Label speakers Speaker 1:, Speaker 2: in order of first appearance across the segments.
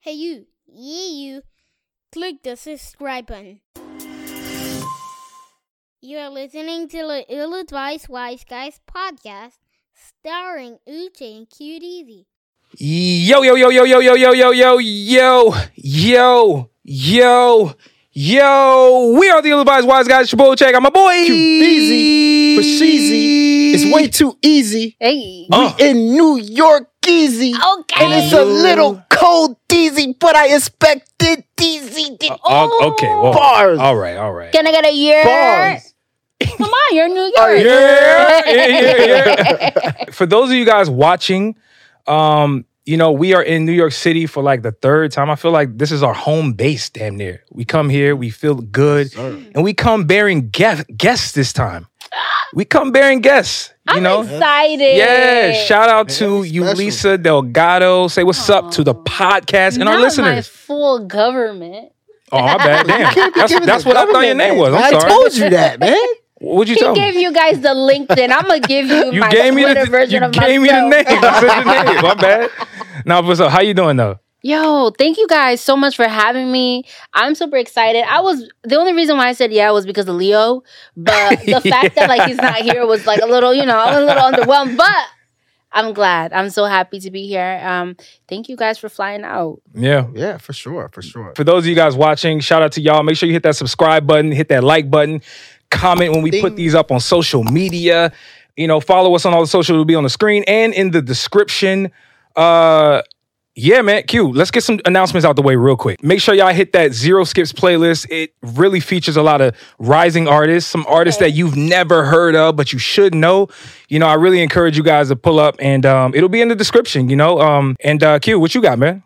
Speaker 1: Hey you, yeah you, click the subscribe button. You're listening to the Ill Advised Wise Guys podcast, starring Uche and Cute Easy.
Speaker 2: Yo, yo, yo, yo, yo, yo, yo, yo, yo, yo, yo, yo, yo. We are the ill advised wise guys. It's check. I'm a boy.
Speaker 3: Q-Beezy, Fasheezy. It's way too easy.
Speaker 1: Hey.
Speaker 2: Uh.
Speaker 3: We in New York easy.
Speaker 1: Okay.
Speaker 3: And it's a little cold easy, but I expected easy. to-
Speaker 2: Oh, okay. Well,
Speaker 3: Bars.
Speaker 2: All right, all right.
Speaker 1: Can I get a year?
Speaker 3: Bars.
Speaker 1: Come on, you're New York.
Speaker 2: Yeah, yeah, yeah, yeah. For those of you guys watching, um, you know, we are in New York City for like the third time. I feel like this is our home base, damn near. We come here, we feel good, and we come bearing guest, guests this time. We come bearing guests, you
Speaker 4: I'm
Speaker 2: know?
Speaker 4: excited.
Speaker 2: Yeah, shout out to
Speaker 3: Very special.
Speaker 2: Ulisa Delgado. Say what's up to the podcast and
Speaker 4: Not
Speaker 2: our
Speaker 4: My
Speaker 2: listeners.
Speaker 4: full government.
Speaker 2: oh, my bad. Damn.
Speaker 3: Can't be
Speaker 2: That's,
Speaker 3: giving
Speaker 2: that's
Speaker 3: the
Speaker 2: what I thought your
Speaker 3: government
Speaker 2: name was.
Speaker 3: that.
Speaker 2: I'm
Speaker 3: I
Speaker 2: sorry.
Speaker 3: told you that, man.
Speaker 2: What'd you
Speaker 4: He
Speaker 2: tell
Speaker 4: gave
Speaker 2: me?
Speaker 4: you guys the LinkedIn. I'm gonna give you,
Speaker 2: You
Speaker 4: my
Speaker 2: gave me
Speaker 4: Twitter
Speaker 2: the
Speaker 4: version
Speaker 2: you
Speaker 4: of
Speaker 2: gave
Speaker 4: myself.
Speaker 2: me the name. I said the name. My bad. Now, what's up? How you doing though?
Speaker 4: Yo, thank you guys so much for having me. I'm super excited. I was the only reason why I said yeah was because of Leo, but the fact that like he's not here was like a little, you know, I was a little underwhelmed. But I'm glad. I'm so happy to be here. Um, thank you guys for flying out.
Speaker 2: Yeah.
Speaker 3: Yeah, for sure, for sure.
Speaker 2: For those of you guys watching, shout out to y'all. Make sure you hit that subscribe button, hit that like button, comment when we put
Speaker 3: Ding.
Speaker 2: these up on social media. You know, follow us on all the social. It'll be on the screen and in the description. Uh, yeah, man. Q, let's get some announcements out the way real quick. Make sure y'all hit that Zero Skips playlist. It really features a lot of rising artists, some artists that you've never heard of, but you should know. You know, I really encourage you guys to pull up and um, it'll be in the description, you know. Um, and uh, Q, what you got, man?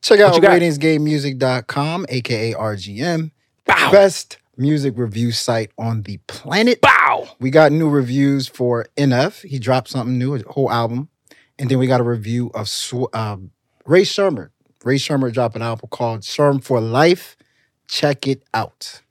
Speaker 3: Check
Speaker 2: What
Speaker 3: out
Speaker 2: you got?
Speaker 3: ratingsgamemusic.com, aka RGM.
Speaker 2: Bow.
Speaker 3: Best music review site on the planet.
Speaker 2: Bow.
Speaker 3: We got new reviews for NF. He dropped something new, a whole album. And then we got a review of Sw- um, Ray Shermer. Ray Shermer dropped an album called Sherm for Life. Check it out.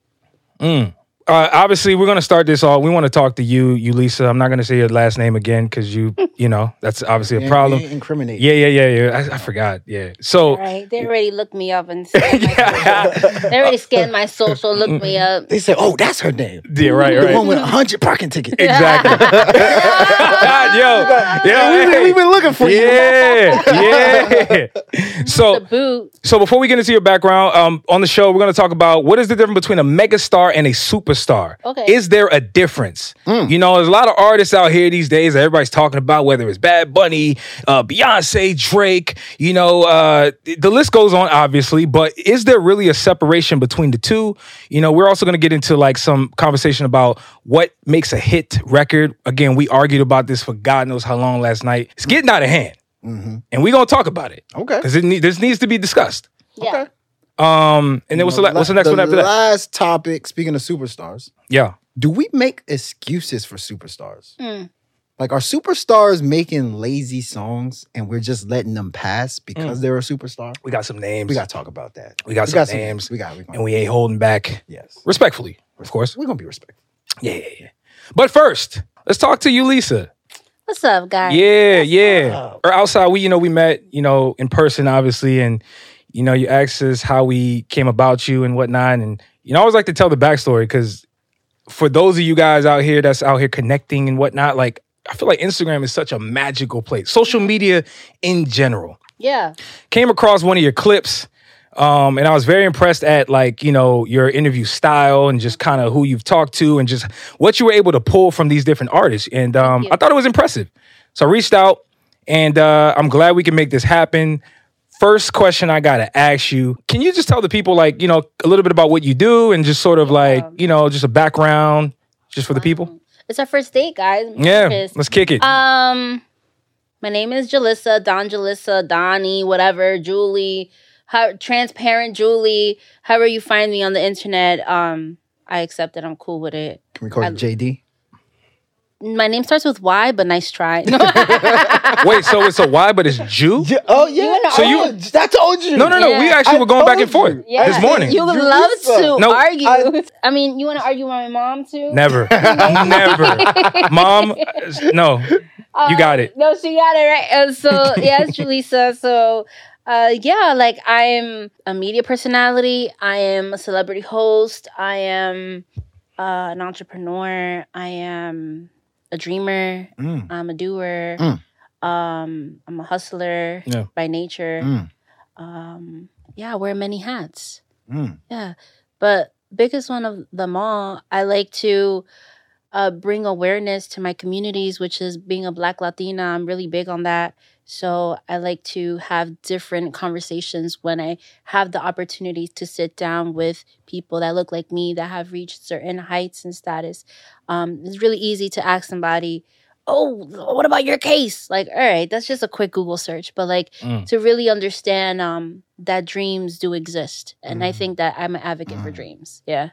Speaker 2: Mm. Uh, obviously, we're gonna start this off. We want to talk to you, Ulisa. I'm not gonna say your last name again because you, you know, that's obviously a
Speaker 3: And
Speaker 2: problem.
Speaker 3: we ain't incriminating.
Speaker 2: Yeah, yeah, yeah, yeah. I, I forgot. Yeah.
Speaker 4: All
Speaker 2: So,
Speaker 4: right. They already looked me up and scanned my social.
Speaker 2: yeah,
Speaker 4: they already scanned my social, looked me up.
Speaker 3: They said, oh, that's her name.
Speaker 2: right,
Speaker 3: The one
Speaker 2: right,
Speaker 3: with a 100 parking tickets.
Speaker 2: exactly. yo,
Speaker 3: We've been, we
Speaker 2: yeah,
Speaker 3: been looking for you.
Speaker 2: yeah, yeah.
Speaker 4: The
Speaker 2: So,
Speaker 4: boot.
Speaker 2: so before we get into your background, um, on the show, we're gonna talk about what is the difference between a megastar and a superstar.
Speaker 4: Okay.
Speaker 2: Is there a difference? You know, there's a lot of artists out here these days that everybody's talking about, whether it's Bad Bunny, uh, Beyonce, Drake, you know, uh, th- the list goes on, obviously, but is there really a separation between the two? You know, we're also going to get into like some conversation about what makes a hit record. Again, we argued about this for God knows how long last night. It's getting out of hand,
Speaker 3: Mhm.
Speaker 2: and we're going to talk about it
Speaker 3: Okay.
Speaker 2: because it ne- this needs to be discussed.
Speaker 4: Yeah.
Speaker 2: Um, and then what's the, la- what's the next one after that?
Speaker 3: Last topic, speaking of superstars,
Speaker 2: Yeah.
Speaker 3: do we make excuses for superstars?
Speaker 4: Mm.
Speaker 3: Like, are superstars making lazy songs and we're just letting them pass because they're a superstar?
Speaker 2: We Mm. got some names.
Speaker 3: We got to talk about that.
Speaker 2: We got some names.
Speaker 3: We got. We got.
Speaker 2: and we ain't holding back.
Speaker 3: yes.
Speaker 2: Respectfully, of course.
Speaker 3: We're gonna be respectful.
Speaker 2: Yeah, yeah, yeah. But first, let's talk to you, Lisa.
Speaker 4: What's up, guys?
Speaker 2: Yeah, yeah. Or outside, we, you know, we met, you know, in person, obviously, and you know, you asked us how we came about you and whatnot. And you know, I always like to tell the backstory because for those of you guys out here that's out here connecting and whatnot, like I feel like Instagram is such a magical place. Social media in general.
Speaker 4: Yeah.
Speaker 2: came across one of your clips um, and i was very impressed at like you know your interview style and just kind of who you've talked to and just what you were able to pull from these different artists and um,
Speaker 4: you.
Speaker 2: i thought it was impressive so i reached out and uh, i'm glad we can make this happen first question i gotta ask you can you just tell the people like you know a little bit about what you do and just sort of like
Speaker 4: Um,
Speaker 2: you know just a background just for the people
Speaker 4: It's our first date, guys. I'm
Speaker 2: yeah
Speaker 4: nervous.
Speaker 2: let's kick it
Speaker 4: Um, my name is Jalissa, Don Jalissa, Donnie, whatever, Julie, how, transparent Julie. However you find me on the internet, um, I accept it. I'm cool with it.
Speaker 3: Can we call you JD?
Speaker 4: My name starts with Y, but nice try. No,
Speaker 2: wait so it's a y but it's jew
Speaker 3: Oh yeah.
Speaker 4: and
Speaker 2: So you-
Speaker 3: I told you.
Speaker 2: no no no
Speaker 4: Yeah. Oh,
Speaker 2: we actually
Speaker 3: I
Speaker 2: were going back
Speaker 3: told
Speaker 2: and forth
Speaker 3: you. Yeah.
Speaker 2: this morning
Speaker 4: You would
Speaker 3: Julissa.
Speaker 4: love to
Speaker 2: No,
Speaker 4: argue.
Speaker 3: I-
Speaker 4: I, mean, you want to argue with my mom too?
Speaker 2: Never. Never. Mom, no.
Speaker 4: Uh,
Speaker 2: You got it.
Speaker 4: Um, No, she got it right. Uh, so yeah, it's Julissa. So uh, yeah, like I'm a media personality. I am a celebrity host. I am uh, an entrepreneur. I am a dreamer.
Speaker 3: Mm,
Speaker 4: I'm a doer.
Speaker 3: Mm.
Speaker 4: Um, I'm a hustler
Speaker 2: Yeah.
Speaker 4: by nature.
Speaker 3: mm,
Speaker 4: Um, yeah, I wear many hats.
Speaker 3: mm.
Speaker 4: Yeah, but biggest one of them all, I like to uh, bring awareness to my communities, which is being a Black Latina. I'm really big on that. So I like to have different conversations when I have the opportunity to sit down with people that look like me that have reached certain heights and status. Um, it's really easy to ask somebody, "Oh, what about your case?" Like, all right, that's just a quick Google search, but like
Speaker 2: Mm.
Speaker 4: to really understand um, that dreams do exist, and I
Speaker 3: Mhm.
Speaker 4: think that I'm an advocate for
Speaker 3: Mhm.
Speaker 4: dreams. Yeah,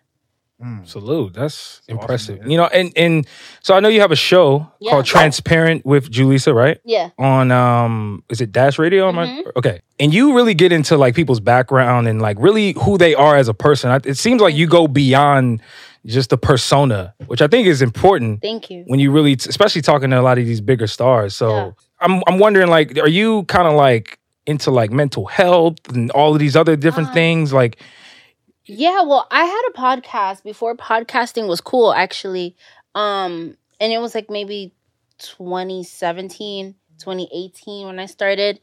Speaker 3: mm.
Speaker 2: Salute. That's
Speaker 3: awesome,
Speaker 2: impressive.
Speaker 3: man.
Speaker 2: You know, and and so I know you have a show
Speaker 4: Yeah.
Speaker 2: called Transparent with Julissa, right?
Speaker 4: yeah,
Speaker 2: On um, is it Dash Radio? Am I-
Speaker 4: Mhm.
Speaker 2: okay. And you really get into like people's background and like really who they are as a person. I- It seems like you go beyond just the persona, which I think is important
Speaker 4: thank you.
Speaker 2: when you really, especially talking to a lot of these bigger stars. So
Speaker 4: Yeah.
Speaker 2: I'm I'm wondering, like, are you kind of like into like mental health and all of these other different
Speaker 4: Um,
Speaker 2: things? Like,
Speaker 4: Yeah, well, I had a podcast before podcasting was cool actually. Um and it was like maybe 2017, 2018 when I started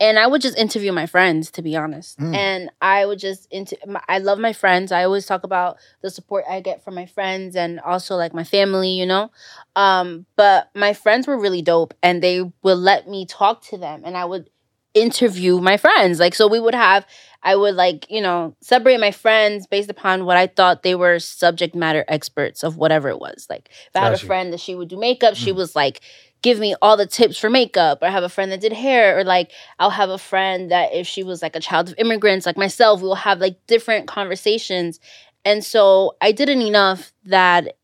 Speaker 4: and I would just interview my friends to be honest.
Speaker 3: Mm.
Speaker 4: And I would just into my- I love my friends. I always talk about the support I get from my friends and also like my family, you know. Um but my friends were really dope and they would let me talk to them and I would interview my friends. Like so we would have I would like, you know, separate my friends based upon what I thought they were subject matter experts of whatever it was. Like, if I had a
Speaker 2: Gotcha.
Speaker 4: friend that she would do makeup, she was like, give me all the tips for makeup. Or I have a friend that did hair. Or like, I'll have a friend that if she was like a child of immigrants, like myself, we will have like different conversations. And so I didn't enough that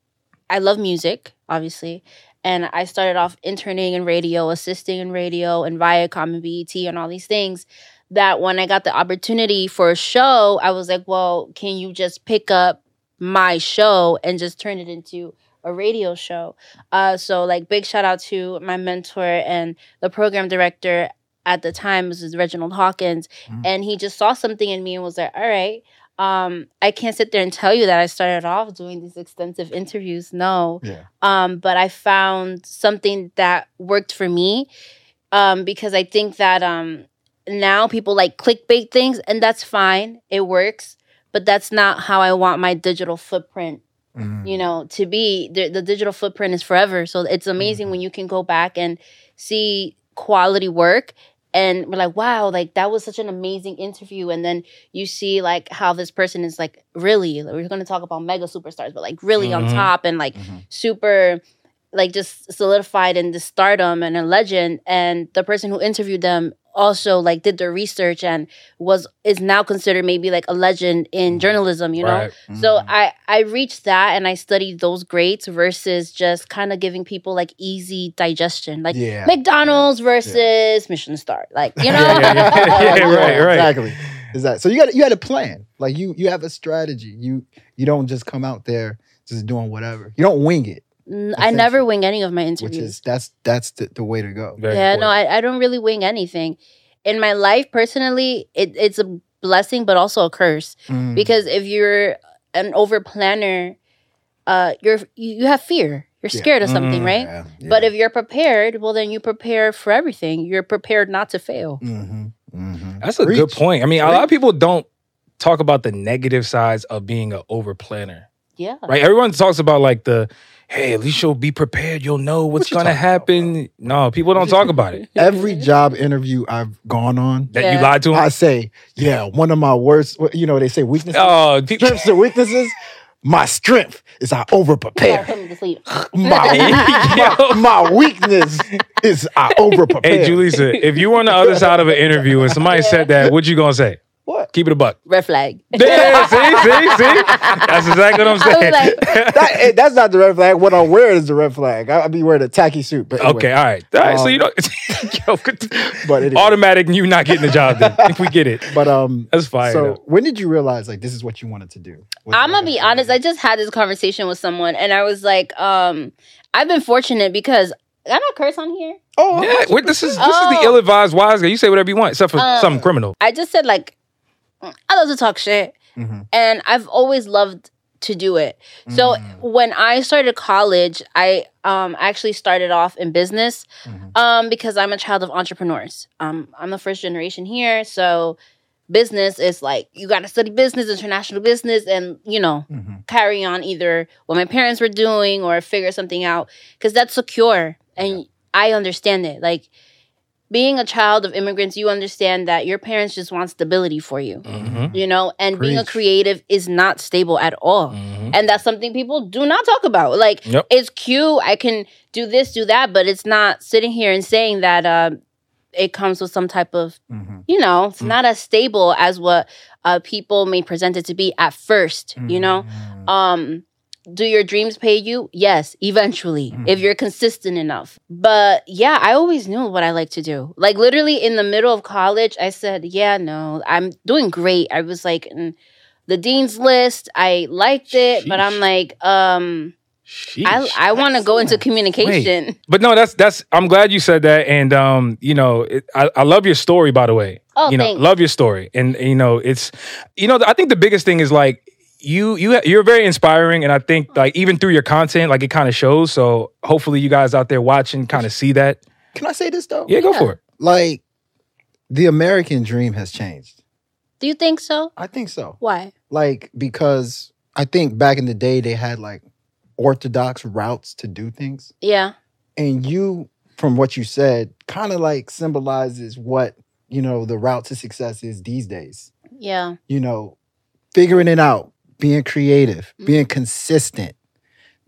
Speaker 4: I love music, obviously. And I started off interning in radio, assisting in radio, and Viacom and BET and all these things that when I got the opportunity for a show, I was like, well, can you just pick up my show and just turn it into a radio show? Uh, so, like, big shout out to my mentor and the program director at the time, Mrs. Reginald Hawkins.
Speaker 3: Mm.
Speaker 4: And he just saw something in me and was like, all right. Um, I can't sit there and tell you that I started off doing these extensive interviews. No,
Speaker 3: Yeah.
Speaker 4: um, but I found something that worked for me um, because I think that um, now people like clickbait things, and that's fine, it works, but that's not how I want my digital footprint
Speaker 3: Mm.
Speaker 4: you know to be the, the digital footprint is forever so it's amazing when you can go back and see quality work and we're like wow like that was such an amazing interview and then you see like how this person is like really we're going to talk about mega superstars but like really
Speaker 2: Mhm.
Speaker 4: on top and like
Speaker 3: Mhm.
Speaker 4: super like just solidified in this stardom and a legend and the person who interviewed them also like did their research and was is now considered maybe like a legend in journalism you know
Speaker 2: right.
Speaker 4: so
Speaker 3: Mhm.
Speaker 4: I I reached that and I studied those grades versus just kind of giving people like easy digestion, like
Speaker 3: yeah.
Speaker 4: McDonald's versus Mission Star, like you know.
Speaker 2: Yeah, yeah, yeah, right, right.
Speaker 3: Exactly. Exactly. So you got you had a plan. Like you you have a strategy. You you don't just come out there just doing whatever. You don't wing it,
Speaker 4: N- I never wing any of my
Speaker 3: which
Speaker 4: interviews.
Speaker 3: is that's that's the, the way to go.
Speaker 2: Very
Speaker 4: yeah, no,
Speaker 2: important.
Speaker 4: I, I don't really wing anything. In my life, personally, it, it's a blessing but also a curse
Speaker 3: Mm.
Speaker 4: because if you're an over planner, uh, you're you, you have fear. You're
Speaker 3: Yeah.
Speaker 4: scared of something,
Speaker 2: Mm,
Speaker 4: right?
Speaker 3: Yeah, yeah.
Speaker 4: But if you're prepared, well, then you prepare for everything. You're prepared not to fail.
Speaker 2: Mm-hmm,
Speaker 3: Mhm, mhm.
Speaker 2: That's a good
Speaker 3: Preach.
Speaker 2: point. I mean, a lot of
Speaker 3: Preach.
Speaker 2: people don't talk about the negative sides of being an over planner,
Speaker 4: Yeah.
Speaker 2: right? Everyone talks about like the, hey, at least you'll be prepared. You'll know what's
Speaker 3: you
Speaker 2: going to
Speaker 3: talking
Speaker 2: happen.
Speaker 3: about,
Speaker 2: no, people don't talk about it.
Speaker 3: Every job interview I've gone on,
Speaker 2: That you
Speaker 4: Yeah.
Speaker 2: lied to
Speaker 3: I
Speaker 2: them.
Speaker 3: say, yeah, one of my worst. You know, they say weaknesses,
Speaker 2: Oh, people.
Speaker 3: strengths, and weaknesses. My strength is I
Speaker 4: Yeah,
Speaker 3: overprepare.
Speaker 4: put me to sleep.
Speaker 3: My, my, my weakness is I overprepare.
Speaker 2: Hey, Julissa, if you were on the other side of an interview and somebody said that, what you going to say?
Speaker 3: What?
Speaker 2: Keep it a buck.
Speaker 4: Red flag.
Speaker 2: Yeah, see, see, see. That's exactly what I'm
Speaker 4: I was
Speaker 2: saying.
Speaker 3: That- eh, that's not the red flag. What I'm wearing is the red flag. I, I'd be wearing a tacky suit. But anyway.
Speaker 2: Okay, all right. All right, so
Speaker 3: Um,
Speaker 2: you don't. Yo, good-
Speaker 3: But anyway.
Speaker 2: automatic, you not getting the job then. If we get it.
Speaker 3: But um,
Speaker 2: That's fire.
Speaker 3: so
Speaker 2: though.
Speaker 3: when did you realize like this is what you wanted to do? Was it
Speaker 4: I'm
Speaker 3: like
Speaker 4: gonna be
Speaker 3: a-
Speaker 4: honest. I just had this conversation with someone, and I was like, um, I've been fortunate because Can I curse on here?
Speaker 3: Oh,
Speaker 2: Yeah, wait, this is this is
Speaker 4: Oh.
Speaker 2: the ill-advised wise guy. You say whatever you want, except for
Speaker 4: Uh,
Speaker 2: some criminal.
Speaker 4: I just said like I love to talk shit,
Speaker 3: Mhm.
Speaker 4: and I've always loved to do it. So
Speaker 2: Mm-hmm.
Speaker 4: when I started college, I um actually started off in business,
Speaker 2: Mm-hmm.
Speaker 3: Mhm.
Speaker 4: um because I'm a child of entrepreneurs. Um, I'm the first generation here, so business is like you got to study business, international business, and you know
Speaker 3: Mhm.
Speaker 4: carry on either what my parents were doing or figure something out because that's secure and i understand it like being a child of immigrants you understand that your parents just want stability for you
Speaker 2: Mhm.
Speaker 4: you know and being a
Speaker 3: Preach.
Speaker 4: creative is not stable at all
Speaker 2: Mhm.
Speaker 4: and that's something people do not talk about like
Speaker 2: Yep.
Speaker 4: it's cute i can do this do that but it's not sitting here and saying that uh, it comes with some type of
Speaker 3: Mhm.
Speaker 4: you know it's
Speaker 2: Mm.
Speaker 4: not as stable as what uh, people may present it to be at 1st
Speaker 2: Mm-hmm.
Speaker 4: you know
Speaker 3: Mhm.
Speaker 4: um, do your dreams pay you? Yes, eventually,
Speaker 2: Mm.
Speaker 3: Mhm.
Speaker 4: if you're consistent enough. But yeah, I always knew what I like to do. Like literally in the middle of college, I said, "Yeah, no, I'm doing great." I was like in the dean's list. I liked it, but I'm
Speaker 2: Sheesh.
Speaker 4: like, um, I
Speaker 2: Sheesh.
Speaker 4: I want to go into
Speaker 3: Excellent.
Speaker 4: communication.
Speaker 2: But no, that's that's. I'm glad you said that, and um, you know, it, I I love your story. By the way,
Speaker 4: Oh,
Speaker 2: you know,
Speaker 4: thanks.
Speaker 2: love your story, and you know, it's, you know, I think the biggest thing is like you you you're very inspiring, and I think like even through your content, like it kind of shows. So hopefully, you guys out there watching kind of see that.
Speaker 3: Can I say this though?
Speaker 2: Yeah, go
Speaker 4: Yeah.
Speaker 2: for it.
Speaker 3: Like the American dream has changed.
Speaker 4: Do you think so?
Speaker 3: I think so.
Speaker 4: Why?
Speaker 3: Like because I think back in the day they had like orthodox routes to do things.
Speaker 4: Yeah.
Speaker 3: and you from what you said kind of like symbolizes what you know the route to success is these days
Speaker 4: Yeah.
Speaker 3: you know figuring it out being creative
Speaker 4: Mhm.
Speaker 2: Mm-hmm.
Speaker 3: being consistent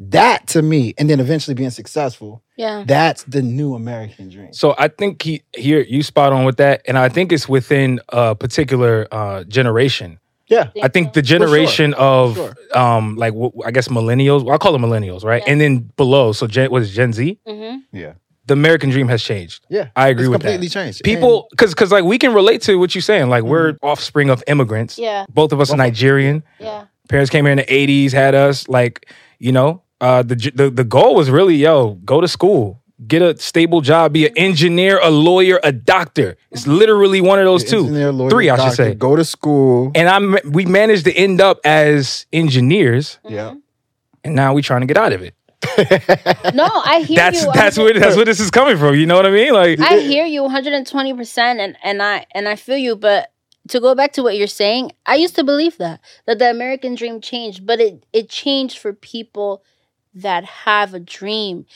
Speaker 3: that to me and then eventually being successful
Speaker 4: Yeah.
Speaker 3: that's the new american dream
Speaker 2: So I think he here you spot on with that, and I think it's within a particular uh, generation.
Speaker 3: yeah
Speaker 2: I think the
Speaker 3: sure.
Speaker 2: generation of
Speaker 3: sure.
Speaker 2: um like w- I guess millennials. Well, I call them millennials, right?
Speaker 4: Yeah.
Speaker 2: And then below, so gen, what is it, Gen Z?
Speaker 4: hmm
Speaker 3: yeah
Speaker 2: The American dream has changed.
Speaker 3: yeah
Speaker 2: I agree
Speaker 3: it's
Speaker 2: with
Speaker 3: completely
Speaker 2: that.
Speaker 3: changed
Speaker 2: People, because because like we can relate to what you're saying. Like we're offspring of immigrants.
Speaker 4: Yeah.
Speaker 2: Mm-hmm. Both of us are
Speaker 3: Both of-
Speaker 2: Nigerian.
Speaker 4: Yeah.
Speaker 2: Parents came here in the '80s, had us like you know. Uh, the, j- the the goal was really yo go to school, get a stable job, be an engineer, a lawyer, a doctor. It's literally one of those
Speaker 3: The
Speaker 2: two.
Speaker 3: engineer, lawyer,
Speaker 2: Three, I should say.
Speaker 3: go to school
Speaker 2: and I'm we managed to end up as engineers,
Speaker 4: Mm-hmm.
Speaker 3: Yeah.
Speaker 2: and now we're trying to get out of it.
Speaker 4: No, I hear
Speaker 2: That's
Speaker 4: you.
Speaker 2: that's
Speaker 4: I'm just-
Speaker 2: where that's where this is coming from. You know what I mean? Like
Speaker 4: I hear you 120% and and I and I feel you but to go back to what you're saying I used to believe that that the American dream changed but it it changed for people that have a dream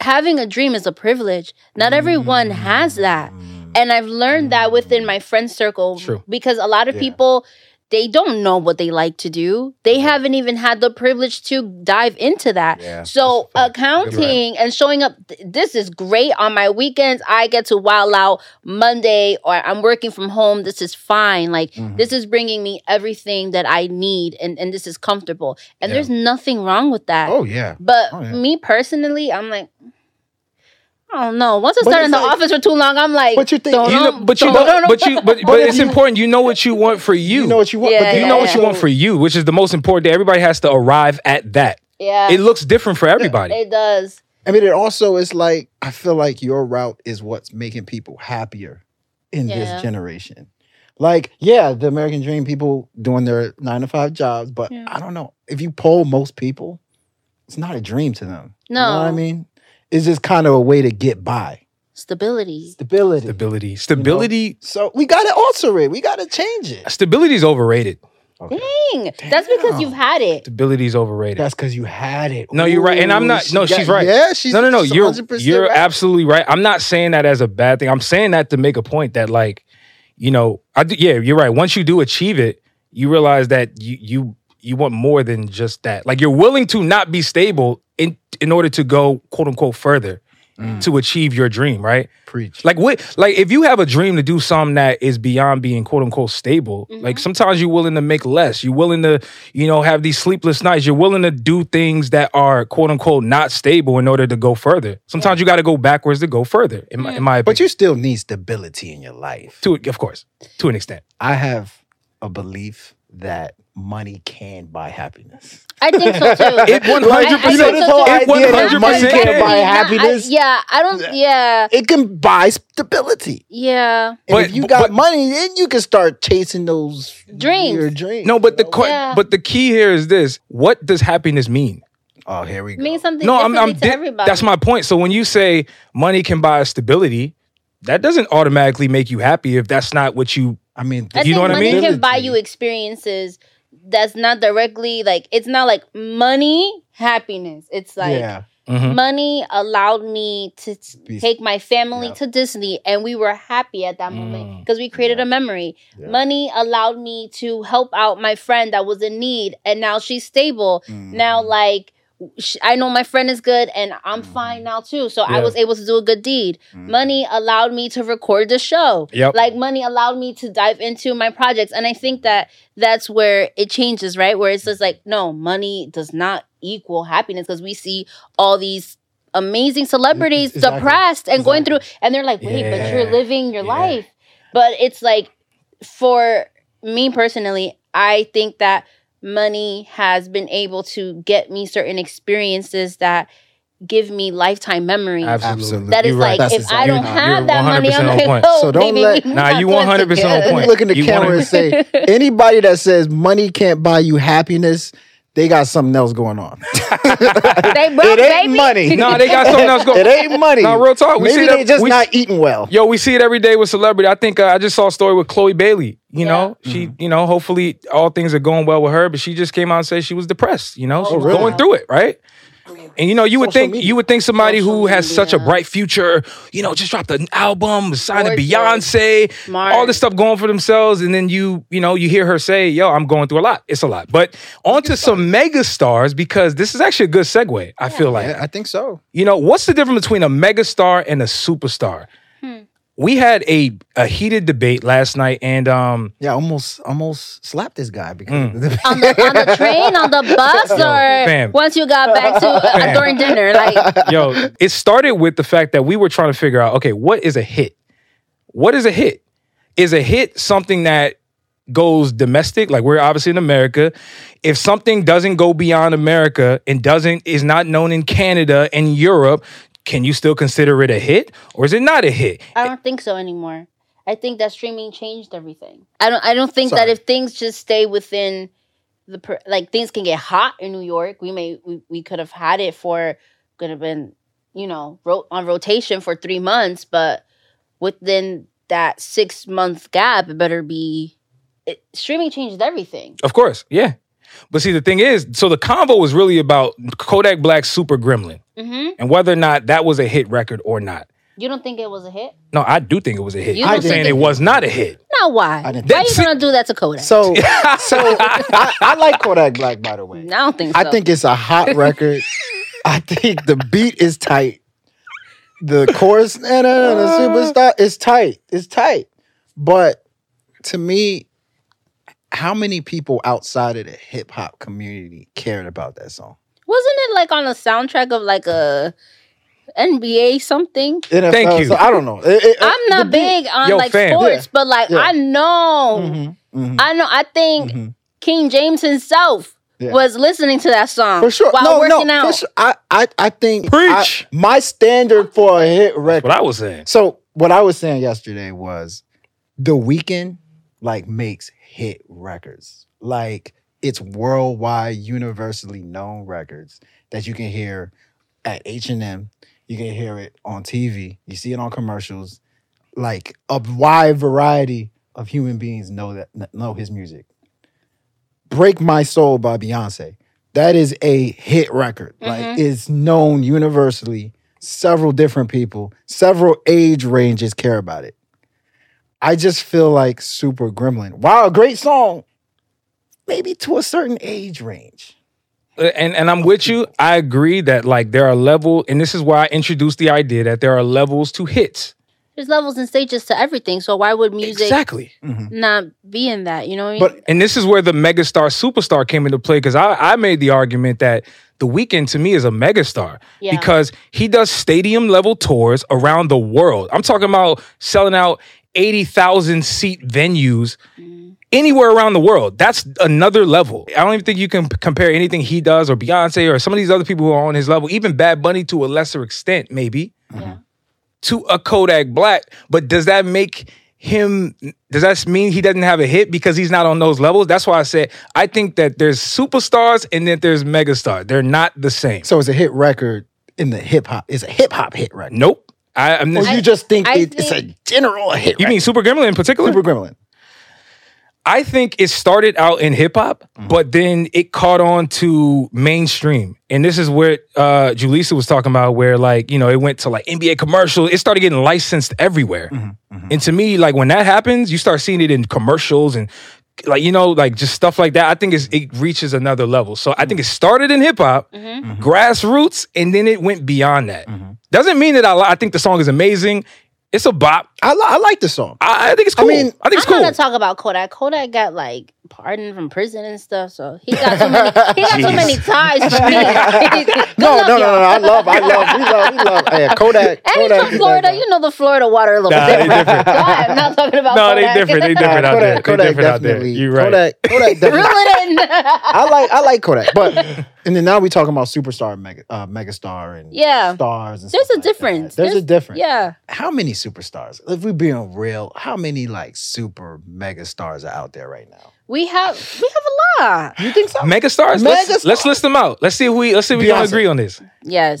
Speaker 4: having a dream is a privilege not everyone has that and I've learned that within my friend circle
Speaker 2: True.
Speaker 4: because a lot of
Speaker 3: Yeah.
Speaker 4: people they don't know what they like to do they haven't even had the privilege to dive into that
Speaker 3: yeah
Speaker 4: so
Speaker 3: That's a fact.
Speaker 4: accounting and showing up, th- this is great. On my weekends, I get to wild out Monday, or I'm working from home. This is fine. Like
Speaker 3: Mhm.
Speaker 4: this is bringing me everything that I need, and and this is comfortable. And
Speaker 2: Yeah.
Speaker 4: there's nothing wrong with that.
Speaker 3: oh yeah
Speaker 4: But
Speaker 3: Oh, yeah.
Speaker 4: me personally, I'm like. I don't know. Once I
Speaker 3: But
Speaker 4: start in
Speaker 3: it's
Speaker 4: the
Speaker 3: like-
Speaker 4: office for too long, I'm like,
Speaker 3: But you think-
Speaker 4: Oh, don't
Speaker 2: you know,
Speaker 4: know-
Speaker 2: but you
Speaker 4: don't
Speaker 2: know,
Speaker 4: know.
Speaker 2: but you but but it's important. You know what you want for you.
Speaker 3: you know what you want
Speaker 4: Yeah,
Speaker 3: but
Speaker 2: You
Speaker 3: then
Speaker 2: know what
Speaker 4: yeah.
Speaker 2: you want for you, which is the most important. thing. Everybody has to arrive at that.
Speaker 4: yeah,
Speaker 2: It looks different for everybody.
Speaker 4: it does.
Speaker 3: I mean, it also is like I feel like your route is what's making people happier in
Speaker 4: Yeah.
Speaker 3: this generation. Like, yeah, the American dream people doing their nine to five jobs, but
Speaker 4: Yeah.
Speaker 3: I don't know if you poll most people, it's not a dream to them. you know what I
Speaker 4: No.
Speaker 3: mean, it's just kind of a way to get by
Speaker 4: Stability.
Speaker 3: stability.
Speaker 2: Stability, stability,
Speaker 3: So we gotta alter it. We gotta change it.
Speaker 2: stability is overrated.
Speaker 3: Okay.
Speaker 4: Dang, that's because
Speaker 3: Damn.
Speaker 4: you've had it.
Speaker 2: Stability is overrated.
Speaker 3: That's because you had it.
Speaker 2: No, you're right. And I'm
Speaker 3: Ooh,
Speaker 2: not- no,
Speaker 3: she
Speaker 2: she's right.
Speaker 3: Yeah, she's
Speaker 2: no, no, no.
Speaker 3: she's
Speaker 2: You're
Speaker 3: 100%
Speaker 2: you're
Speaker 3: right.
Speaker 2: absolutely right. I'm not saying that as a bad thing. I'm saying that to make a point that like, you know, I do, yeah, you're right. Once you do achieve it, you realize that you you you want more than just that. Like you're willing to not be stable in in order to go quote unquote further
Speaker 3: Mm.
Speaker 2: to achieve your dream, right?
Speaker 3: preach.
Speaker 2: Like what like if you have a dream to do something that is beyond being quote unquote stable,
Speaker 4: Mhm.
Speaker 2: like sometimes you're willing to make less. You're willing to, you know, have these sleepless nights. You're willing to do things that are quote unquote not stable in order to go further. Sometimes you gotta go backwards to go further,
Speaker 4: Mm.
Speaker 2: in my in my
Speaker 3: But
Speaker 2: opinion.
Speaker 3: you still need stability in your life.
Speaker 2: But you to of course, to an extent.
Speaker 3: I have a belief that money can buy happiness.
Speaker 4: I think so too.
Speaker 2: It 100%
Speaker 4: I- I
Speaker 3: You know,
Speaker 4: think
Speaker 3: this
Speaker 4: so
Speaker 3: whole
Speaker 4: too.
Speaker 2: It
Speaker 3: idea that
Speaker 2: 100%
Speaker 3: money
Speaker 2: can.
Speaker 3: can't buy
Speaker 4: I-
Speaker 3: happiness.
Speaker 4: yeah, I don't. Yeah,
Speaker 3: It can buy stability.
Speaker 4: yeah.
Speaker 3: And
Speaker 2: But-
Speaker 3: if you got
Speaker 2: but-
Speaker 3: money, then you can start chasing those
Speaker 4: Dreams.
Speaker 3: Your dreams.
Speaker 2: No, but the que-
Speaker 4: Yeah.
Speaker 2: but the key here is this: what does happiness mean?
Speaker 3: oh, here we
Speaker 4: It
Speaker 3: go.
Speaker 4: means something
Speaker 2: no, I'm,
Speaker 4: differently
Speaker 2: I'm
Speaker 4: to
Speaker 2: di-
Speaker 4: everybody.
Speaker 2: that's my point. So when you say money can buy stability, that doesn't automatically make you happy if that's not what you.
Speaker 3: I mean,
Speaker 4: I
Speaker 2: You know
Speaker 4: think
Speaker 2: what I
Speaker 4: money
Speaker 2: mean?
Speaker 4: can buy you experiences that's not directly like it's not like money happiness. It's like
Speaker 3: yeah,
Speaker 4: Mm-hmm.
Speaker 2: Mhm.
Speaker 4: money allowed me to t-
Speaker 3: Be-
Speaker 4: take my family
Speaker 3: yeah.
Speaker 4: to Disney and we were happy at that moment
Speaker 2: Mm.
Speaker 4: because we created
Speaker 3: Yeah.
Speaker 4: a memory.
Speaker 3: Yeah.
Speaker 4: Money allowed me to help out my friend that was in need and now she's stable. Now
Speaker 3: Mhm.
Speaker 4: like sh- I know my friend is good and I'm
Speaker 3: Mhm.
Speaker 4: fine now too. So I
Speaker 2: Yeah.
Speaker 4: was able to do a good deed.
Speaker 3: Mhm.
Speaker 4: Money allowed me to record the show.
Speaker 2: Yep.
Speaker 4: Like money allowed me to dive into my projects and I think that that's where it changes, right? Where it's just like no, money does not equal happiness because we see all these
Speaker 2: Mm,
Speaker 4: amazing celebrities
Speaker 3: Exactly.
Speaker 4: depressed and going through
Speaker 3: Exactly.
Speaker 4: and they're like, "Wait, but you're
Speaker 2: Yeah.
Speaker 4: living your
Speaker 2: Yeah.
Speaker 4: life." But it's like for me personally, I think that money has been able to get me certain experiences that give me lifetime memories.
Speaker 3: Absolutely.
Speaker 4: That is
Speaker 2: You're right.
Speaker 4: like
Speaker 3: That's
Speaker 4: if I
Speaker 3: exactly-
Speaker 4: don't
Speaker 2: You're-
Speaker 4: have
Speaker 2: you're
Speaker 4: that money, I'm
Speaker 2: 100% on
Speaker 4: gonna
Speaker 2: point.
Speaker 4: go.
Speaker 3: So don't
Speaker 4: baby,
Speaker 3: let-
Speaker 4: we're
Speaker 2: Nah,
Speaker 4: not
Speaker 2: you
Speaker 4: doing
Speaker 2: 100% on
Speaker 4: together.
Speaker 2: point.
Speaker 3: Look at the
Speaker 2: You
Speaker 3: camera
Speaker 2: wanna-
Speaker 3: and say, anybody that says money can't buy you happiness, they got something else going on.
Speaker 4: They broke,
Speaker 3: it ain't
Speaker 4: baby.
Speaker 3: money.
Speaker 2: nah, they got something else going.
Speaker 3: it ain't money.
Speaker 2: Nah, real talk. We
Speaker 3: Maybe
Speaker 2: see that-
Speaker 3: they just
Speaker 2: we-
Speaker 3: not eating well.
Speaker 2: Yo, we see it every day with celebrity. I think uh, I just saw a story with Chloe Bailey. You
Speaker 4: Yeah. Mm-hmm.
Speaker 2: know, she, you know, hopefully all things are going well with her, but she just came out and said she was depressed. You know,
Speaker 4: Oh,
Speaker 2: she was
Speaker 3: really?
Speaker 2: going through it, right? And you know, you would
Speaker 3: Social
Speaker 2: think
Speaker 3: media.
Speaker 2: you would think somebody
Speaker 4: Social
Speaker 2: who has such a
Speaker 4: media.
Speaker 2: bright future, you know, just dropped an album, signed a
Speaker 4: Gorgeous.
Speaker 2: Beyonce,
Speaker 4: Smart.
Speaker 2: all this stuff going for themselves, and then you, you know, you hear her say, "Yo, I'm going through a lot. It's a lot." But onto some mega stars because this is actually a good segue. I feel like
Speaker 3: I think so.
Speaker 2: you know, what's the difference between a megastar and a superstar?
Speaker 4: Hmm.
Speaker 2: We had a, a heated debate last night, and um,
Speaker 3: Yeah, almost almost slapped this guy because
Speaker 2: Mm.
Speaker 4: on the, on the train, on the bus, or
Speaker 2: fam.
Speaker 4: once you got back to uh,
Speaker 2: Fam.
Speaker 4: during dinner, like
Speaker 2: yo, it started with the fact that we were trying to figure out, okay, what is a hit? What is a hit? Is a hit something that goes domestic? Like we're obviously in America. If something doesn't go beyond America and doesn't is not known in Canada and Europe, can you still consider it a hit, or is it not a hit?
Speaker 4: I don't think so anymore. I think that streaming changed everything. I don't. I don't think that
Speaker 3: Sorry.
Speaker 4: if things just stay within the per, like things can get hot in New York. We may we, we could have had it for could have been you know ro- on rotation for three months, but within that six month gap, it better be. It, streaming changed everything.
Speaker 2: Of course, yeah. But see, the thing is, so the convo was really about Kodak Black's Super Gremlin
Speaker 4: hmm
Speaker 2: and whether or not that was a hit record or not.
Speaker 4: You don't think it was a hit?
Speaker 2: No, I do think it was a hit.
Speaker 4: You
Speaker 2: I'm
Speaker 3: don't think
Speaker 2: saying
Speaker 4: it-
Speaker 2: it was not a hit.
Speaker 4: Now why?
Speaker 3: I
Speaker 4: Why
Speaker 3: didn't
Speaker 4: are
Speaker 2: think-
Speaker 4: you gonna do that to Kodak?
Speaker 3: so so I, I like Kodak Black by the
Speaker 4: I
Speaker 3: way.
Speaker 4: don't think. So.
Speaker 3: I think it's a hot record. I think the beat is tight. The chorus, na, na, na, the
Speaker 2: Uh.
Speaker 3: superstar, it's tight. It's tight. But to me, how many people outside of the hip hop community cared about that song?
Speaker 4: Wasn't it like on a soundtrack of like a NBA something?
Speaker 3: NFL,
Speaker 2: Thank you.
Speaker 3: So I don't know. It- it-
Speaker 4: I'm
Speaker 3: Uh, the
Speaker 4: not
Speaker 3: beat-
Speaker 4: big on
Speaker 2: Yo,
Speaker 4: like
Speaker 2: fam.
Speaker 4: sports,
Speaker 3: Yeah.
Speaker 4: but like
Speaker 3: Yeah.
Speaker 4: I know,
Speaker 3: Mhm, mhm,
Speaker 4: I know. I think
Speaker 3: mhm.
Speaker 4: King James himself
Speaker 3: Yeah.
Speaker 4: was listening to that song
Speaker 3: For sure.
Speaker 4: while
Speaker 3: no, no,
Speaker 4: working out.
Speaker 3: For sure. I, I, I think I-
Speaker 2: Preach.
Speaker 3: my standard for a hit record.
Speaker 2: That's what I was saying.
Speaker 3: So what I was saying yesterday was the weekend like makes hit records. Like it's worldwide, universally known records that you can hear at H&M, you can hear it on TV, you see it on commercials. Like a wide variety of human beings know that kn- know his music. Break My Soul by Beyonce. That is a hit record. Like
Speaker 4: Mhm.
Speaker 3: it's known universally. Several different people, several age ranges care about it. I just feel like Super Gremlin. Wow, great song. Maybe to a certain age range.
Speaker 2: Uh, And and I'm with you. I agree that like there are level, and this is why I introduced the idea that there are levels to hits.
Speaker 4: There's levels and stages to everything, so why would music
Speaker 2: Exactly.
Speaker 4: not be in that? You know what I mean?
Speaker 3: But
Speaker 2: And this is where the megastar superstar came into play because I, I made the argument that The Weeknd to me is a megastar
Speaker 4: Yeah.
Speaker 2: because he does stadium level tours around the world. I'm talking about selling out 80,000 seat venues anywhere around the world. That's another level. I don't even think you can p- compare anything he does or Beyonce or some of these other people who are on his level, even Bad Bunny to a lesser extent, maybe,
Speaker 4: Yeah.
Speaker 2: to a Kodak Black. But does that make him, does that mean he doesn't have a hit because he's not on those levels? That's why I said, I think that there's superstars and that there's megastars. They're not the same.
Speaker 3: So it's a hit record in the hip hop. It's a hip hop hit record.
Speaker 2: Nope. I, I'm,
Speaker 3: Or you just think,
Speaker 4: I
Speaker 3: it, it's a
Speaker 4: think-
Speaker 3: general hit
Speaker 2: you
Speaker 3: record.
Speaker 2: mean Super Gremlin in particular?
Speaker 3: Super Gremlin.
Speaker 2: I think it started out in hip hop,
Speaker 3: Mm-hmm.
Speaker 2: but then it caught on to mainstream. And this is where uh Julissa was talking about where like, you know, it went to like NBA commercial. It started getting licensed
Speaker 3: Mm-hmm.
Speaker 2: everywhere. And to me, like when that happens, you start seeing it in commercials and like, you know, like just stuff like that. I think it's, it reaches another level. So I think it started in hip hop,
Speaker 4: Mm-hmm.
Speaker 2: grassroots, and then it went beyond that. Doesn't mean that I, li- I think the song is amazing. It's a bop.
Speaker 3: I, li- I like the song.
Speaker 2: I, I think it's
Speaker 3: I
Speaker 2: cool. I,
Speaker 3: mean,
Speaker 2: think it's
Speaker 4: I'm
Speaker 2: cool.
Speaker 4: gonna talk about Kodak. Kodak got like pardoned from prison and stuff, so he got too many. He got too many ties for me. Good
Speaker 3: No,
Speaker 4: luck,
Speaker 3: no, no, no,
Speaker 4: y'all.
Speaker 3: no. I love, I love, we love, we love. Yeah, Kodak.
Speaker 4: And he's
Speaker 3: Kodak,
Speaker 4: from Florida. You know the Florida water a little
Speaker 2: Nah, they
Speaker 4: bit.
Speaker 2: different.
Speaker 4: So I'm not talking about
Speaker 2: No, they
Speaker 4: Kodak.
Speaker 2: different. They
Speaker 3: Nah,
Speaker 2: different out there.
Speaker 3: Kodak,
Speaker 2: They
Speaker 3: Kodak
Speaker 2: different out there.
Speaker 3: definitely.
Speaker 2: You're right.
Speaker 3: Kodak, Kodak definitely.
Speaker 4: Reel it in.
Speaker 3: I like I like Kodak, but and then now we talking about superstar, and mega, uh, megastar, and
Speaker 4: Yeah.
Speaker 3: stars. And
Speaker 4: There's
Speaker 3: stuff
Speaker 4: a
Speaker 3: like that.
Speaker 4: difference.
Speaker 3: There's, a
Speaker 4: There's-
Speaker 3: difference.
Speaker 4: yeah.
Speaker 3: How many superstars? If we being real, how many like super megastars are out there right now?
Speaker 4: We have we have a lot.
Speaker 3: You think so?
Speaker 2: Megastars. Let's,
Speaker 3: Megastars.
Speaker 2: let's list them out. Let's see if we let's see if we all
Speaker 3: Beyonce.
Speaker 2: agree on this.
Speaker 4: Yes.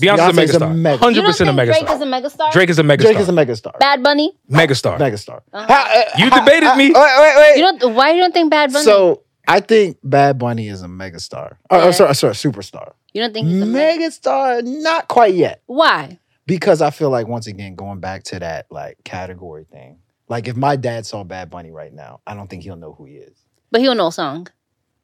Speaker 2: Beyonce's
Speaker 3: Beyonce's
Speaker 2: a
Speaker 3: a
Speaker 2: megastar.
Speaker 3: mega-
Speaker 2: Hundred
Speaker 4: You don't
Speaker 2: percent a
Speaker 4: think Drake is
Speaker 2: megastar.
Speaker 4: a megastar.
Speaker 2: Drake is a megastar.
Speaker 3: Drake is a megastar.
Speaker 4: Bad Bunny.
Speaker 2: megastar.
Speaker 3: megastar.
Speaker 4: Uh-huh.
Speaker 3: How- uh,
Speaker 2: You
Speaker 3: how-
Speaker 2: debated
Speaker 3: uh,
Speaker 2: me.
Speaker 3: Wait, wait,
Speaker 4: You
Speaker 3: wait.
Speaker 4: don't. Why you don't think Bad Bunny?
Speaker 3: So I think Bad Bunny is a megastar. Oh,
Speaker 4: Yeah.
Speaker 3: oh, sorry, sorry, superstar.
Speaker 4: you don't think he's a meg-
Speaker 3: Megastar, not quite yet.
Speaker 4: Why?
Speaker 3: Because I feel like once again, going back to that like category thing. Like if my dad saw Bad Bunny right now, I don't think he'll know who he is.
Speaker 4: But he'll know a song.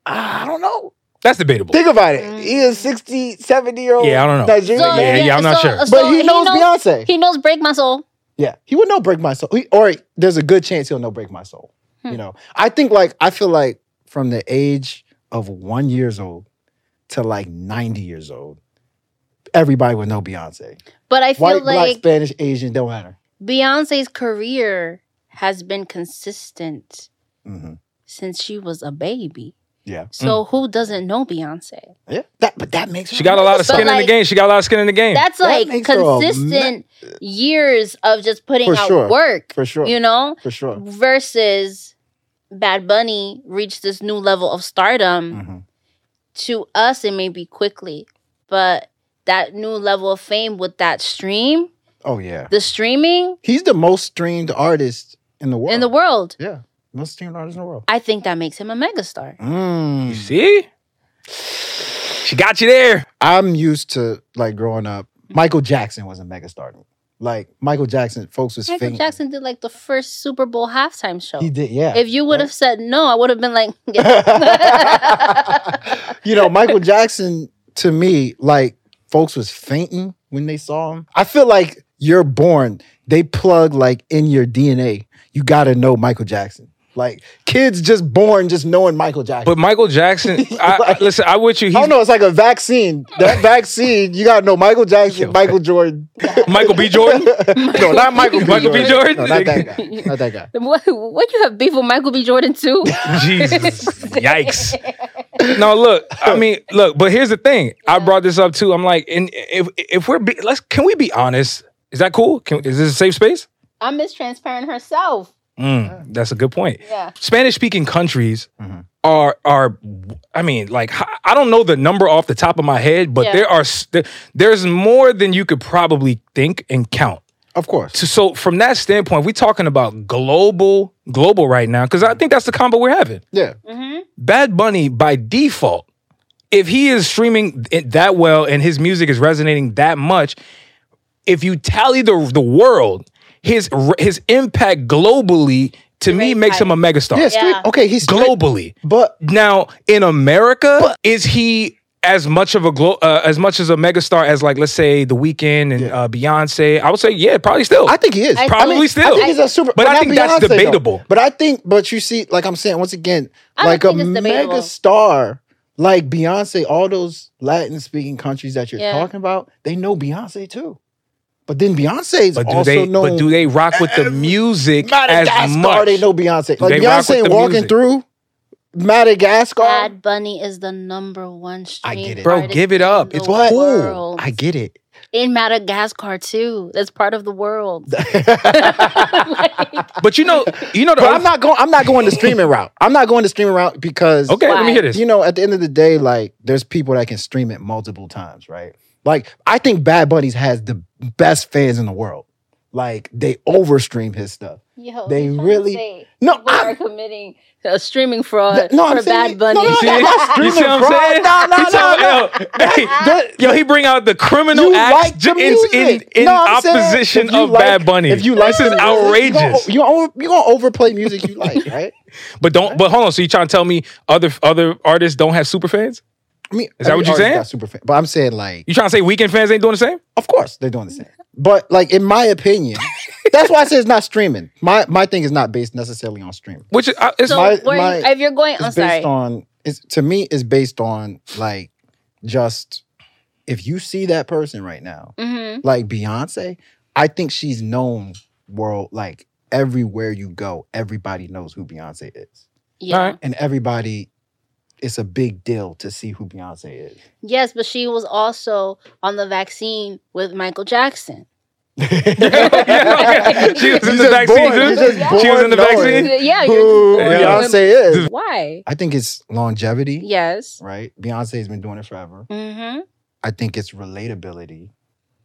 Speaker 3: I don't know.
Speaker 2: That's debatable.
Speaker 3: Think about it. He is
Speaker 4: Mm.
Speaker 3: 60, 70 year old.
Speaker 2: Yeah, I don't know.
Speaker 3: Nigerian
Speaker 2: So-
Speaker 3: man.
Speaker 2: yeah, I'm not
Speaker 4: so-
Speaker 2: sure.
Speaker 4: so
Speaker 3: But he knows Beyonce.
Speaker 4: He knows Break My Soul.
Speaker 3: Yeah, he would know "Break My Soul," He- or there's a good chance he'll know "Break My Soul."
Speaker 4: Hmm.
Speaker 3: You know, I think like I feel like from the age of one years old to like ninety years old, everybody would know Beyonce.
Speaker 4: But I feel
Speaker 3: White, black,
Speaker 4: like
Speaker 3: Spanish, Asian, don't matter.
Speaker 4: Beyonce's career has been consistent
Speaker 3: hmm
Speaker 4: since she was a baby.
Speaker 3: Yeah,
Speaker 2: Mm.
Speaker 4: So who doesn't know Beyonce?
Speaker 3: yeah. That, but that makes
Speaker 2: She got a lot of
Speaker 4: But
Speaker 2: skin in the
Speaker 4: like-
Speaker 2: game. She got a lot of skin in the game.
Speaker 4: That's
Speaker 3: That
Speaker 4: like
Speaker 3: makes her a
Speaker 4: consistent years of just putting
Speaker 3: For
Speaker 4: out
Speaker 3: sure.
Speaker 4: work.
Speaker 3: for sure,
Speaker 4: You know?
Speaker 2: Mm-hmm.
Speaker 3: for sure.
Speaker 4: Versus Bad Bunny reached this new level of stardom.
Speaker 3: hmm
Speaker 4: To us, it may be quickly, but that new level of fame with that stream,
Speaker 3: Oh yeah,
Speaker 4: the streaming
Speaker 3: he's the most streamed artist in the world.
Speaker 4: in the world,
Speaker 3: yeah, most streamed artist in the world.
Speaker 4: I think that makes him a megastar.
Speaker 2: You
Speaker 3: Mm.
Speaker 2: see? She got you there.
Speaker 3: I'm used to like growing up. Michael Jackson was a megastar. to me. Like Michael Jackson, folks was
Speaker 4: Michael
Speaker 3: fainting.
Speaker 4: Jackson did like the first Super Bowl halftime show.
Speaker 3: He did, yeah.
Speaker 4: If you would have said no, I would have been like, yeah.
Speaker 3: you know, Michael Jackson to me, like folks was fainting when they saw him. I feel like you're born. They plug like in your DNA. You gotta know Michael Jackson. Like kids just born just knowing Michael Jackson.
Speaker 2: But Michael Jackson, I, I- listen, I with you.
Speaker 3: I don't
Speaker 2: He's
Speaker 3: know. It's like a vaccine. That vaccine, you gotta know Michael Jackson,
Speaker 2: Yo.
Speaker 3: Michael Jordan.
Speaker 2: Michael B. Jordan.
Speaker 3: no, not Michael. B.
Speaker 2: Michael B. Jordan?
Speaker 3: No, not that guy. Not that guy.
Speaker 4: what, what you have beef with Michael B. Jordan too?
Speaker 2: Jesus. Yikes. No, look. I mean, look. But here's the thing. I brought this up too. I'm like, and if if we're be, let's can we be honest? Is that cool? Can, is this a safe space?
Speaker 4: I'm Miss Transparent herself.
Speaker 2: Mm, that's a good point.
Speaker 4: Yeah.
Speaker 2: Spanish speaking countries
Speaker 3: Mhm.
Speaker 2: are are I mean like h- I don't know the number off the top of my head, but
Speaker 4: Yeah.
Speaker 2: there are s- there- there's more than you could probably think and count.
Speaker 3: Of course.
Speaker 2: So, so from that standpoint, we're talking about global global right now because I think that's the combo we're having.
Speaker 3: Yeah.
Speaker 4: hmm
Speaker 2: Bad Bunny by default, if he is streaming it that well and his music is resonating that much, if you tally the the world, his his impact globally to me
Speaker 4: Right,
Speaker 2: makes him a megastar
Speaker 3: Yeah, street.
Speaker 4: Yeah.
Speaker 3: Okay, he's street,
Speaker 2: globally.
Speaker 3: but
Speaker 2: Now in America, is he as much of a glo- uh, as much as a megastar as like let's say The Weeknd and
Speaker 3: Yeah.
Speaker 2: uh, Beyonce? I would say yeah, probably still.
Speaker 3: I think he is.
Speaker 4: I
Speaker 3: I
Speaker 2: probably
Speaker 3: mean,
Speaker 2: still.
Speaker 3: I think he's a super.
Speaker 2: But I
Speaker 3: not
Speaker 2: think that's
Speaker 3: Beyonce, though.
Speaker 2: debatable.
Speaker 3: But I think, but you see, like I'm saying once again,
Speaker 4: I don't
Speaker 3: like a
Speaker 4: think it's debatable.
Speaker 3: mega star, like Beyonce, all those Latin speaking countries that you're
Speaker 4: Yeah.
Speaker 3: talking about, they know Beyonce too. But then Beyonce's
Speaker 2: But do
Speaker 3: also
Speaker 2: they?
Speaker 3: known.
Speaker 2: But do they rock with the music as
Speaker 3: Madagascar,
Speaker 2: much?
Speaker 3: they know Beyonce. Like
Speaker 2: they rock with
Speaker 3: Beyonce
Speaker 2: the
Speaker 3: walking
Speaker 2: music.
Speaker 3: through Madagascar.
Speaker 4: Bad Bunny is the number one
Speaker 3: I
Speaker 4: stream.
Speaker 3: get it.
Speaker 2: Bro,
Speaker 4: artist
Speaker 2: give it up.
Speaker 4: in the
Speaker 2: It's
Speaker 3: But
Speaker 4: world.
Speaker 3: I get it.
Speaker 4: in Madagascar too. That's part of the world. Like,
Speaker 2: But you know, you know the.
Speaker 3: But
Speaker 2: other-
Speaker 3: I'm not going. I'm not going the streaming route. I'm not going the streaming route because
Speaker 2: okay, let me hear this.
Speaker 3: you know, at the end of the day, like there's people that can stream it multiple times, right? Like I think Bad Bunnies has the best fans in the world. Like they overstream his stuff.
Speaker 4: yo,
Speaker 3: They
Speaker 4: I'm trying to
Speaker 3: really-
Speaker 4: say
Speaker 3: No,
Speaker 4: people
Speaker 3: I'm-
Speaker 4: are committing a streaming fraud
Speaker 3: Th- no,
Speaker 4: for
Speaker 3: I'm saying-
Speaker 4: Bad Bunny.
Speaker 3: no,
Speaker 2: You see,
Speaker 3: I'm not
Speaker 2: you see what
Speaker 3: streaming
Speaker 2: I'm
Speaker 3: fraud.
Speaker 2: saying?
Speaker 3: No, no,
Speaker 2: He
Speaker 3: no,
Speaker 2: talking- yo, hey, yo, he bring out the criminal
Speaker 3: You
Speaker 2: acts
Speaker 3: like the
Speaker 2: ju- in, in,
Speaker 3: music.
Speaker 2: in
Speaker 3: No, I'm saying,
Speaker 2: opposition
Speaker 3: if you
Speaker 2: of
Speaker 3: like-
Speaker 2: Bad Bunny.
Speaker 3: If you like
Speaker 2: this is
Speaker 3: the music,
Speaker 2: outrageous.
Speaker 3: you gonna, you gonna, you gonna overplay music you like, right?
Speaker 2: but don't. But hold on. So you trying to tell me other other artists don't have super fans?
Speaker 3: I mean,
Speaker 2: Is that what you're saying?
Speaker 3: Super fan, but I'm saying like,
Speaker 2: You trying to say weekend fans ain't doing the same?
Speaker 3: of course they're doing the same. But like in my opinion, that's why I say it's not streaming. My my thing is not based necessarily on streaming.
Speaker 2: Which is- I- it's
Speaker 4: so
Speaker 3: My-
Speaker 4: where
Speaker 3: my-
Speaker 4: you- if you're going, I'm
Speaker 3: it's
Speaker 4: sorry.
Speaker 3: based on it's to me it's based on like just if you see that person right now
Speaker 4: hmm
Speaker 3: like beyonce i think she's known world like everywhere you go everybody knows who beyonce is
Speaker 4: Yeah.
Speaker 2: Alright.
Speaker 3: and everybody it's a big deal to see who beyonce is
Speaker 4: Yes, but she was also on the vaccine with Michael Jackson.
Speaker 2: she was in
Speaker 3: You
Speaker 2: the
Speaker 3: just
Speaker 2: vaccine
Speaker 3: born- you
Speaker 2: too.
Speaker 3: just
Speaker 2: She was in the
Speaker 3: born
Speaker 2: vaccine?
Speaker 3: knowing
Speaker 4: Yeah,
Speaker 3: who
Speaker 4: you're
Speaker 2: Yeah.
Speaker 3: beyonce is
Speaker 4: Why?
Speaker 3: i think it's longevity
Speaker 4: Yes.
Speaker 3: right beyonce's been doing it forever
Speaker 4: Mm-hmm.
Speaker 3: i think it's relatability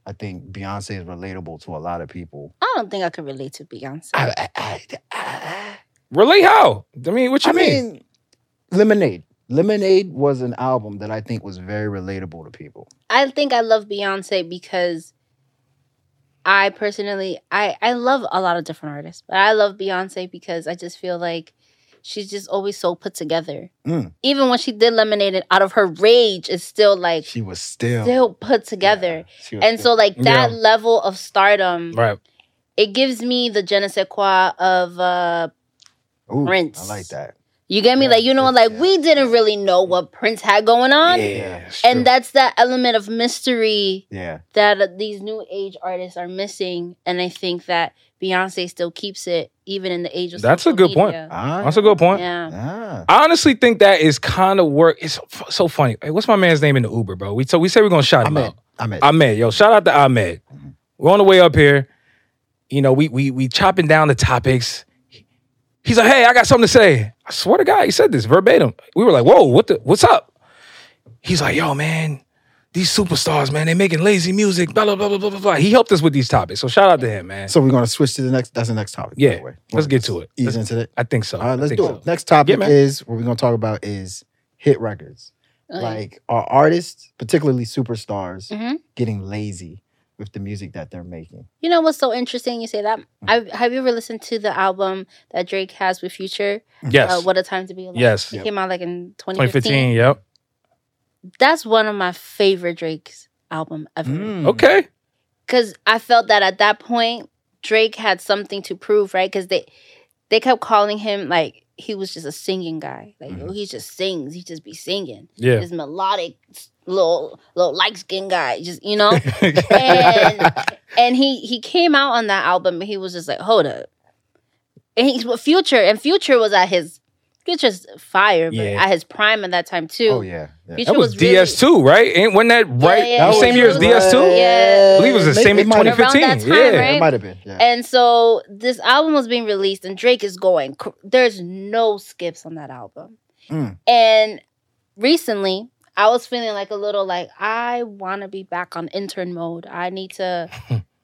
Speaker 3: i think beyonce is relatable to a lot of people
Speaker 4: I don't think I could relate to Beyonce.
Speaker 3: I, I, I,
Speaker 2: Relate how? I mean, what you
Speaker 3: I
Speaker 2: mean?
Speaker 3: mean, Lemonade. Lemonade was an album that I think was very relatable to people.
Speaker 4: I think I love Beyonce because I personally I I love a lot of different artists, but I love Beyonce because I just feel like she's just always so put together.
Speaker 3: Mm.
Speaker 4: Even when she did Lemonade, and out of her rage, it's still like
Speaker 3: She was still
Speaker 4: still put together.
Speaker 3: Yeah, she was
Speaker 4: And so
Speaker 3: still-
Speaker 4: like that
Speaker 2: Yeah.
Speaker 4: level of stardom,
Speaker 2: Right.
Speaker 4: it gives me the je ne sais quoi of uh
Speaker 3: Ooh,
Speaker 4: Prince.
Speaker 3: I like that.
Speaker 4: you get me?
Speaker 3: Yeah,
Speaker 4: like you know,
Speaker 3: yeah,
Speaker 4: like
Speaker 3: yeah.
Speaker 4: we didn't really know what Prince had going on.
Speaker 2: it's true.
Speaker 4: And that's that element of mystery
Speaker 3: Yeah,
Speaker 4: that these new age artists are missing, and I think that Beyonce still keeps it even in the age of
Speaker 2: That's a
Speaker 4: social
Speaker 2: good point.
Speaker 4: media.
Speaker 3: ah,
Speaker 2: that's a good point.
Speaker 4: Yeah,
Speaker 3: Ah.
Speaker 2: I honestly think that is kind of work. It's f- so funny. Hey, what's my man's name in the Uber, bro? We so we say we're gonna shout him
Speaker 3: Ahmed,
Speaker 2: out.
Speaker 3: Ahmed,
Speaker 2: Ahmed, yo, shout out to Ahmed. We're on the way up here. You know, we we we chopping down the topics. He's like, hey, I got something to say. I swear to God, he said this verbatim. We were like, whoa, what the what's up? He's like, yo, man, these superstars, man, they making lazy music, blah, blah, blah, blah, blah, blah, blah. He helped us with these topics. So shout out to him, man.
Speaker 3: So we're gonna switch to the next. That's the next topic. by
Speaker 2: Yeah,
Speaker 3: the way.
Speaker 2: let's get to it.
Speaker 3: Ease
Speaker 2: Let's-
Speaker 3: into it.
Speaker 2: I think so.
Speaker 3: All right,
Speaker 2: I
Speaker 3: let's
Speaker 2: think
Speaker 3: do
Speaker 2: so.
Speaker 3: it. Next topic
Speaker 2: Yeah, man.
Speaker 3: is what we're gonna talk about is hit records.
Speaker 4: Oh,
Speaker 3: Like are artists, particularly superstars,
Speaker 4: Mhm.
Speaker 3: getting lazy with the music that they're making?
Speaker 4: you know what's so interesting? You say
Speaker 2: Mm.
Speaker 4: that. I've, have you ever listened to the album that Drake has with Future?
Speaker 2: Yes.
Speaker 4: Uh, what a time to be alive.
Speaker 2: yes.
Speaker 4: It came out like in 2015.
Speaker 2: 2015, yep.
Speaker 4: That's one of my favorite Drake's album ever.
Speaker 3: Mm.
Speaker 2: Okay.
Speaker 4: because I felt that at that point Drake had something to prove, right? Because they they kept calling him like he was just a singing guy, like
Speaker 3: Mhm.
Speaker 4: oh, he just sings, he just be singing,
Speaker 2: Yeah.
Speaker 4: this melodic s- little little light skinned guy, just you know. and and he he came out on that album, and he was just like, hold up, and he's with Future, and Future was at his Future's fire, but
Speaker 2: Yeah.
Speaker 4: at his prime at that time too.
Speaker 3: Oh yeah, yeah.
Speaker 4: Future
Speaker 2: That was,
Speaker 4: really-
Speaker 2: DS2, right? Ain't wasn't that right?
Speaker 4: yeah,
Speaker 2: the
Speaker 4: yeah,
Speaker 2: same
Speaker 4: yeah.
Speaker 2: year as DS2?
Speaker 4: Yeah.
Speaker 2: I believe it was the
Speaker 3: It
Speaker 2: same as
Speaker 3: might-
Speaker 2: 2015.
Speaker 4: Around that time,
Speaker 2: yeah.
Speaker 4: right?
Speaker 3: It might have been. Yeah.
Speaker 4: And so this album was being released, and Drake is going. cr- There's no skips on that album.
Speaker 3: Mm.
Speaker 4: And recently, I was feeling like a little like I want to be back on intern mode. I need to,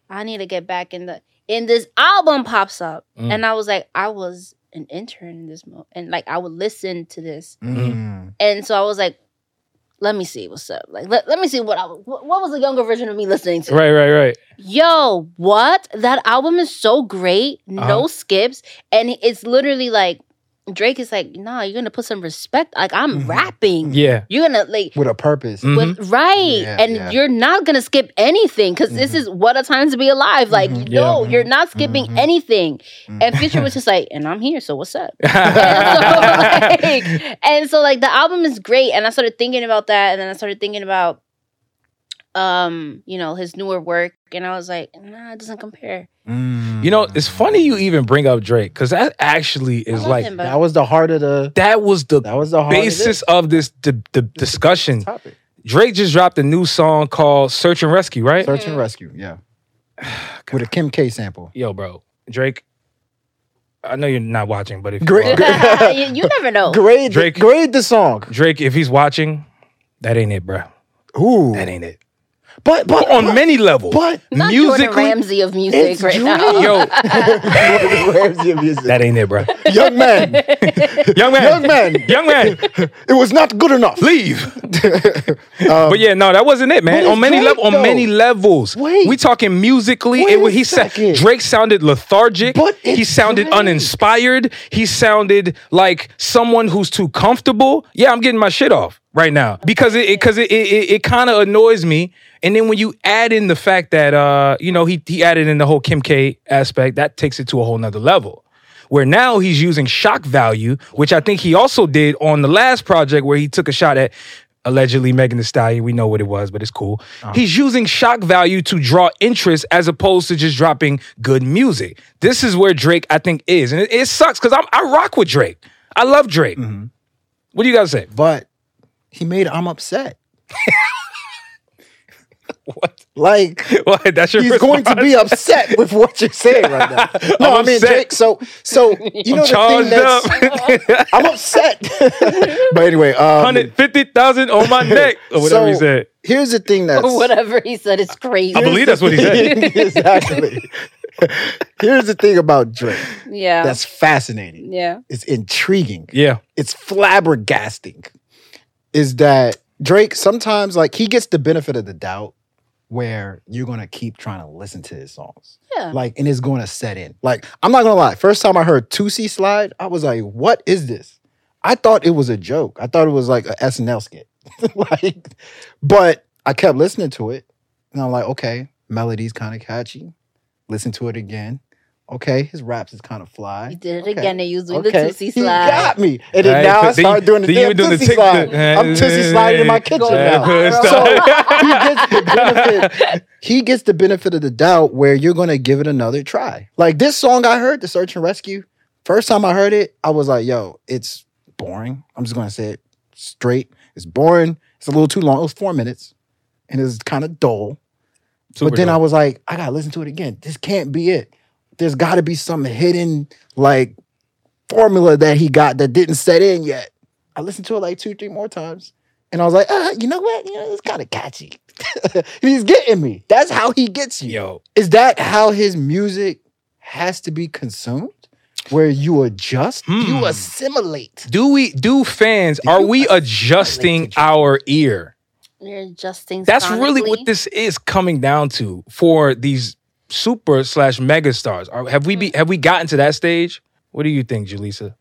Speaker 4: I need to get back in the. And this album pops up,
Speaker 2: Mm.
Speaker 4: and I was like, I was an intern in this mode, and like I would listen to this,
Speaker 3: Mm.
Speaker 4: and so I was like, let me see what's up. Like let, let me see what I what, what was the younger version of me listening to.
Speaker 2: Right, right, right.
Speaker 4: Yo, what? That album is so great. No
Speaker 2: Uh-huh.
Speaker 4: skips. And it's literally like Drake is like, nah, you're gonna put some respect. Like I'm
Speaker 3: Mhm.
Speaker 4: rapping.
Speaker 2: Yeah.
Speaker 4: You're gonna like
Speaker 3: With a purpose.
Speaker 2: Mm.
Speaker 4: with right.
Speaker 3: Yeah,
Speaker 4: and
Speaker 3: yeah.
Speaker 4: you're not gonna skip anything because this
Speaker 3: Mhm.
Speaker 4: is what a time to be alive. Like,
Speaker 3: Mhm.
Speaker 2: Yeah.
Speaker 4: no, you're not skipping
Speaker 3: Mhm.
Speaker 4: anything. And Future was just like, and I'm here, so what's up? and, so, like, and so like the album is great and i started thinking about that and then i started thinking about um, you know, his newer work, and I was like, nah, it doesn't compare.
Speaker 2: Mm. You know, it's
Speaker 3: Mm.
Speaker 2: funny you even bring up Drake because that actually
Speaker 4: I
Speaker 2: is
Speaker 4: love
Speaker 2: like
Speaker 4: him, but-
Speaker 3: That was the heart of the.
Speaker 2: that was the
Speaker 3: That was the heart
Speaker 2: basis of this the, the discussion.
Speaker 3: of the topic.
Speaker 2: Drake just dropped a new song called "Search and Rescue,"
Speaker 4: Mm-hmm.
Speaker 2: right?
Speaker 3: Search and rescue. Yeah. With a Kim K sample.
Speaker 2: Yo, bro, Drake. I know you're not watching, but if you
Speaker 3: Great-
Speaker 2: are-
Speaker 3: great-
Speaker 4: you, you never know.
Speaker 3: Grade,
Speaker 2: Drake-
Speaker 3: grade the song.
Speaker 2: Drake, if he's watching, that ain't it, bro.
Speaker 3: Ooh,
Speaker 2: That ain't it.
Speaker 3: but but
Speaker 2: On
Speaker 3: but,
Speaker 2: many levels,
Speaker 3: but
Speaker 4: Not Jordan Ramsay of music
Speaker 3: it's
Speaker 4: right now.
Speaker 3: Drake.
Speaker 2: yo,
Speaker 3: Where's your music?
Speaker 2: that ain't it, bro.
Speaker 3: young man,
Speaker 2: Young man,
Speaker 3: young man,
Speaker 2: young man,
Speaker 3: it was not good enough. Um,
Speaker 2: leave. but yeah, no, that wasn't it, man.
Speaker 3: But
Speaker 2: On
Speaker 3: it's
Speaker 2: many
Speaker 3: Drake,
Speaker 2: level, on
Speaker 3: though.
Speaker 2: many levels.
Speaker 3: Wait.
Speaker 2: we talking musically.
Speaker 3: Wait
Speaker 2: It,
Speaker 3: a
Speaker 2: he said
Speaker 3: second.
Speaker 2: Drake sounded lethargic.
Speaker 3: But
Speaker 2: he
Speaker 3: it's
Speaker 2: sounded
Speaker 3: Drake.
Speaker 2: uninspired. He sounded like someone who's too comfortable. Yeah, I'm getting my shit off right now because it because it it, it, it kind of annoys me. And then when you add in the fact that uh you know he he added in the whole Kim K aspect, that takes it to a whole nother level. Where now he's using shock value, which I think he also did on the last project where he took a shot at allegedly Megan Thee Stallion. We know what it was, but it's cool.
Speaker 3: Uh-huh.
Speaker 2: He's using shock value to draw interest as opposed to just dropping good music. This is where Drake, I think, is, and it, it sucks because I'm I rock with Drake. I love Drake.
Speaker 3: Mm-hmm.
Speaker 2: What do you guys say?
Speaker 3: But he made I'm upset.
Speaker 2: What?
Speaker 3: Like
Speaker 2: what? That's your
Speaker 3: he's going to be upset with what you're saying right now. No, i
Speaker 2: I'm
Speaker 3: mean
Speaker 2: upset.
Speaker 3: Drake. So so you know the thing
Speaker 2: charged
Speaker 3: that's
Speaker 2: up.
Speaker 3: I'm upset. but anyway, um,
Speaker 2: Hundred fifty thousand on my neck or whatever he
Speaker 3: So-
Speaker 2: said.
Speaker 3: here's the thing that's
Speaker 4: Whatever he said is crazy.
Speaker 2: I believe that's what he said.
Speaker 3: exactly. Here's the thing about Drake
Speaker 4: Yeah.
Speaker 3: that's fascinating.
Speaker 4: yeah.
Speaker 3: It's intriguing.
Speaker 2: Yeah.
Speaker 3: It's flabbergasting. Is that Drake sometimes like he gets the benefit of the doubt where you're gonna keep trying to listen to his songs.
Speaker 4: Yeah.
Speaker 3: Like and it's gonna set in. Like, I'm not gonna lie, first time I heard 2C slide, I was like, what is this? I thought it was a joke. I thought it was like a SNL skit. like, but I kept listening to it and I'm like, okay, melody's kind of catchy. Listen to it again. Okay, his raps is kind of fly.
Speaker 4: He did it
Speaker 3: Okay.
Speaker 4: again. They used with the two C
Speaker 3: He
Speaker 4: slide.
Speaker 3: got me. And then
Speaker 2: Right,
Speaker 3: now I
Speaker 2: but then
Speaker 3: started
Speaker 2: you-
Speaker 3: doing the
Speaker 2: then you were
Speaker 3: damn
Speaker 2: doing the
Speaker 3: tootsie
Speaker 2: tick-
Speaker 3: slide. I'm tootsie sliding in my kitchen
Speaker 2: Yeah,
Speaker 3: now.
Speaker 2: good
Speaker 4: So-
Speaker 2: stuff.
Speaker 3: He gets the benefit. He gets the benefit of the doubt where you're gonna give it another try. Like this song I heard, the Search and Rescue. First time I heard it, I was like, "Yo, it's boring." I'm just gonna say it straight. It's boring. It's a little too long. It was four minutes, and it was kind of dull
Speaker 2: Super
Speaker 3: but then
Speaker 2: dope.
Speaker 3: I was like, I gotta listen to it again. This can't be it. There's gotta be some hidden like formula that he got that didn't set in yet. I listened to it like two, three more times. And I was like, uh, you know what? You know, it's kind of catchy. And He's getting me. That's how he gets you.
Speaker 2: yo.
Speaker 3: Is that how his music has to be consumed? Where you adjust,
Speaker 2: Hmm.
Speaker 3: you assimilate.
Speaker 2: Do we do fans are
Speaker 3: you
Speaker 2: we
Speaker 3: assimilate
Speaker 2: adjusting
Speaker 3: to Drake?
Speaker 2: our ear?
Speaker 4: You're adjusting.
Speaker 2: That's really what
Speaker 4: sonically.
Speaker 2: this is coming down to for these super slash mega stars. Are, have we be, have we gotten to that stage? What do you think, Jaleesa?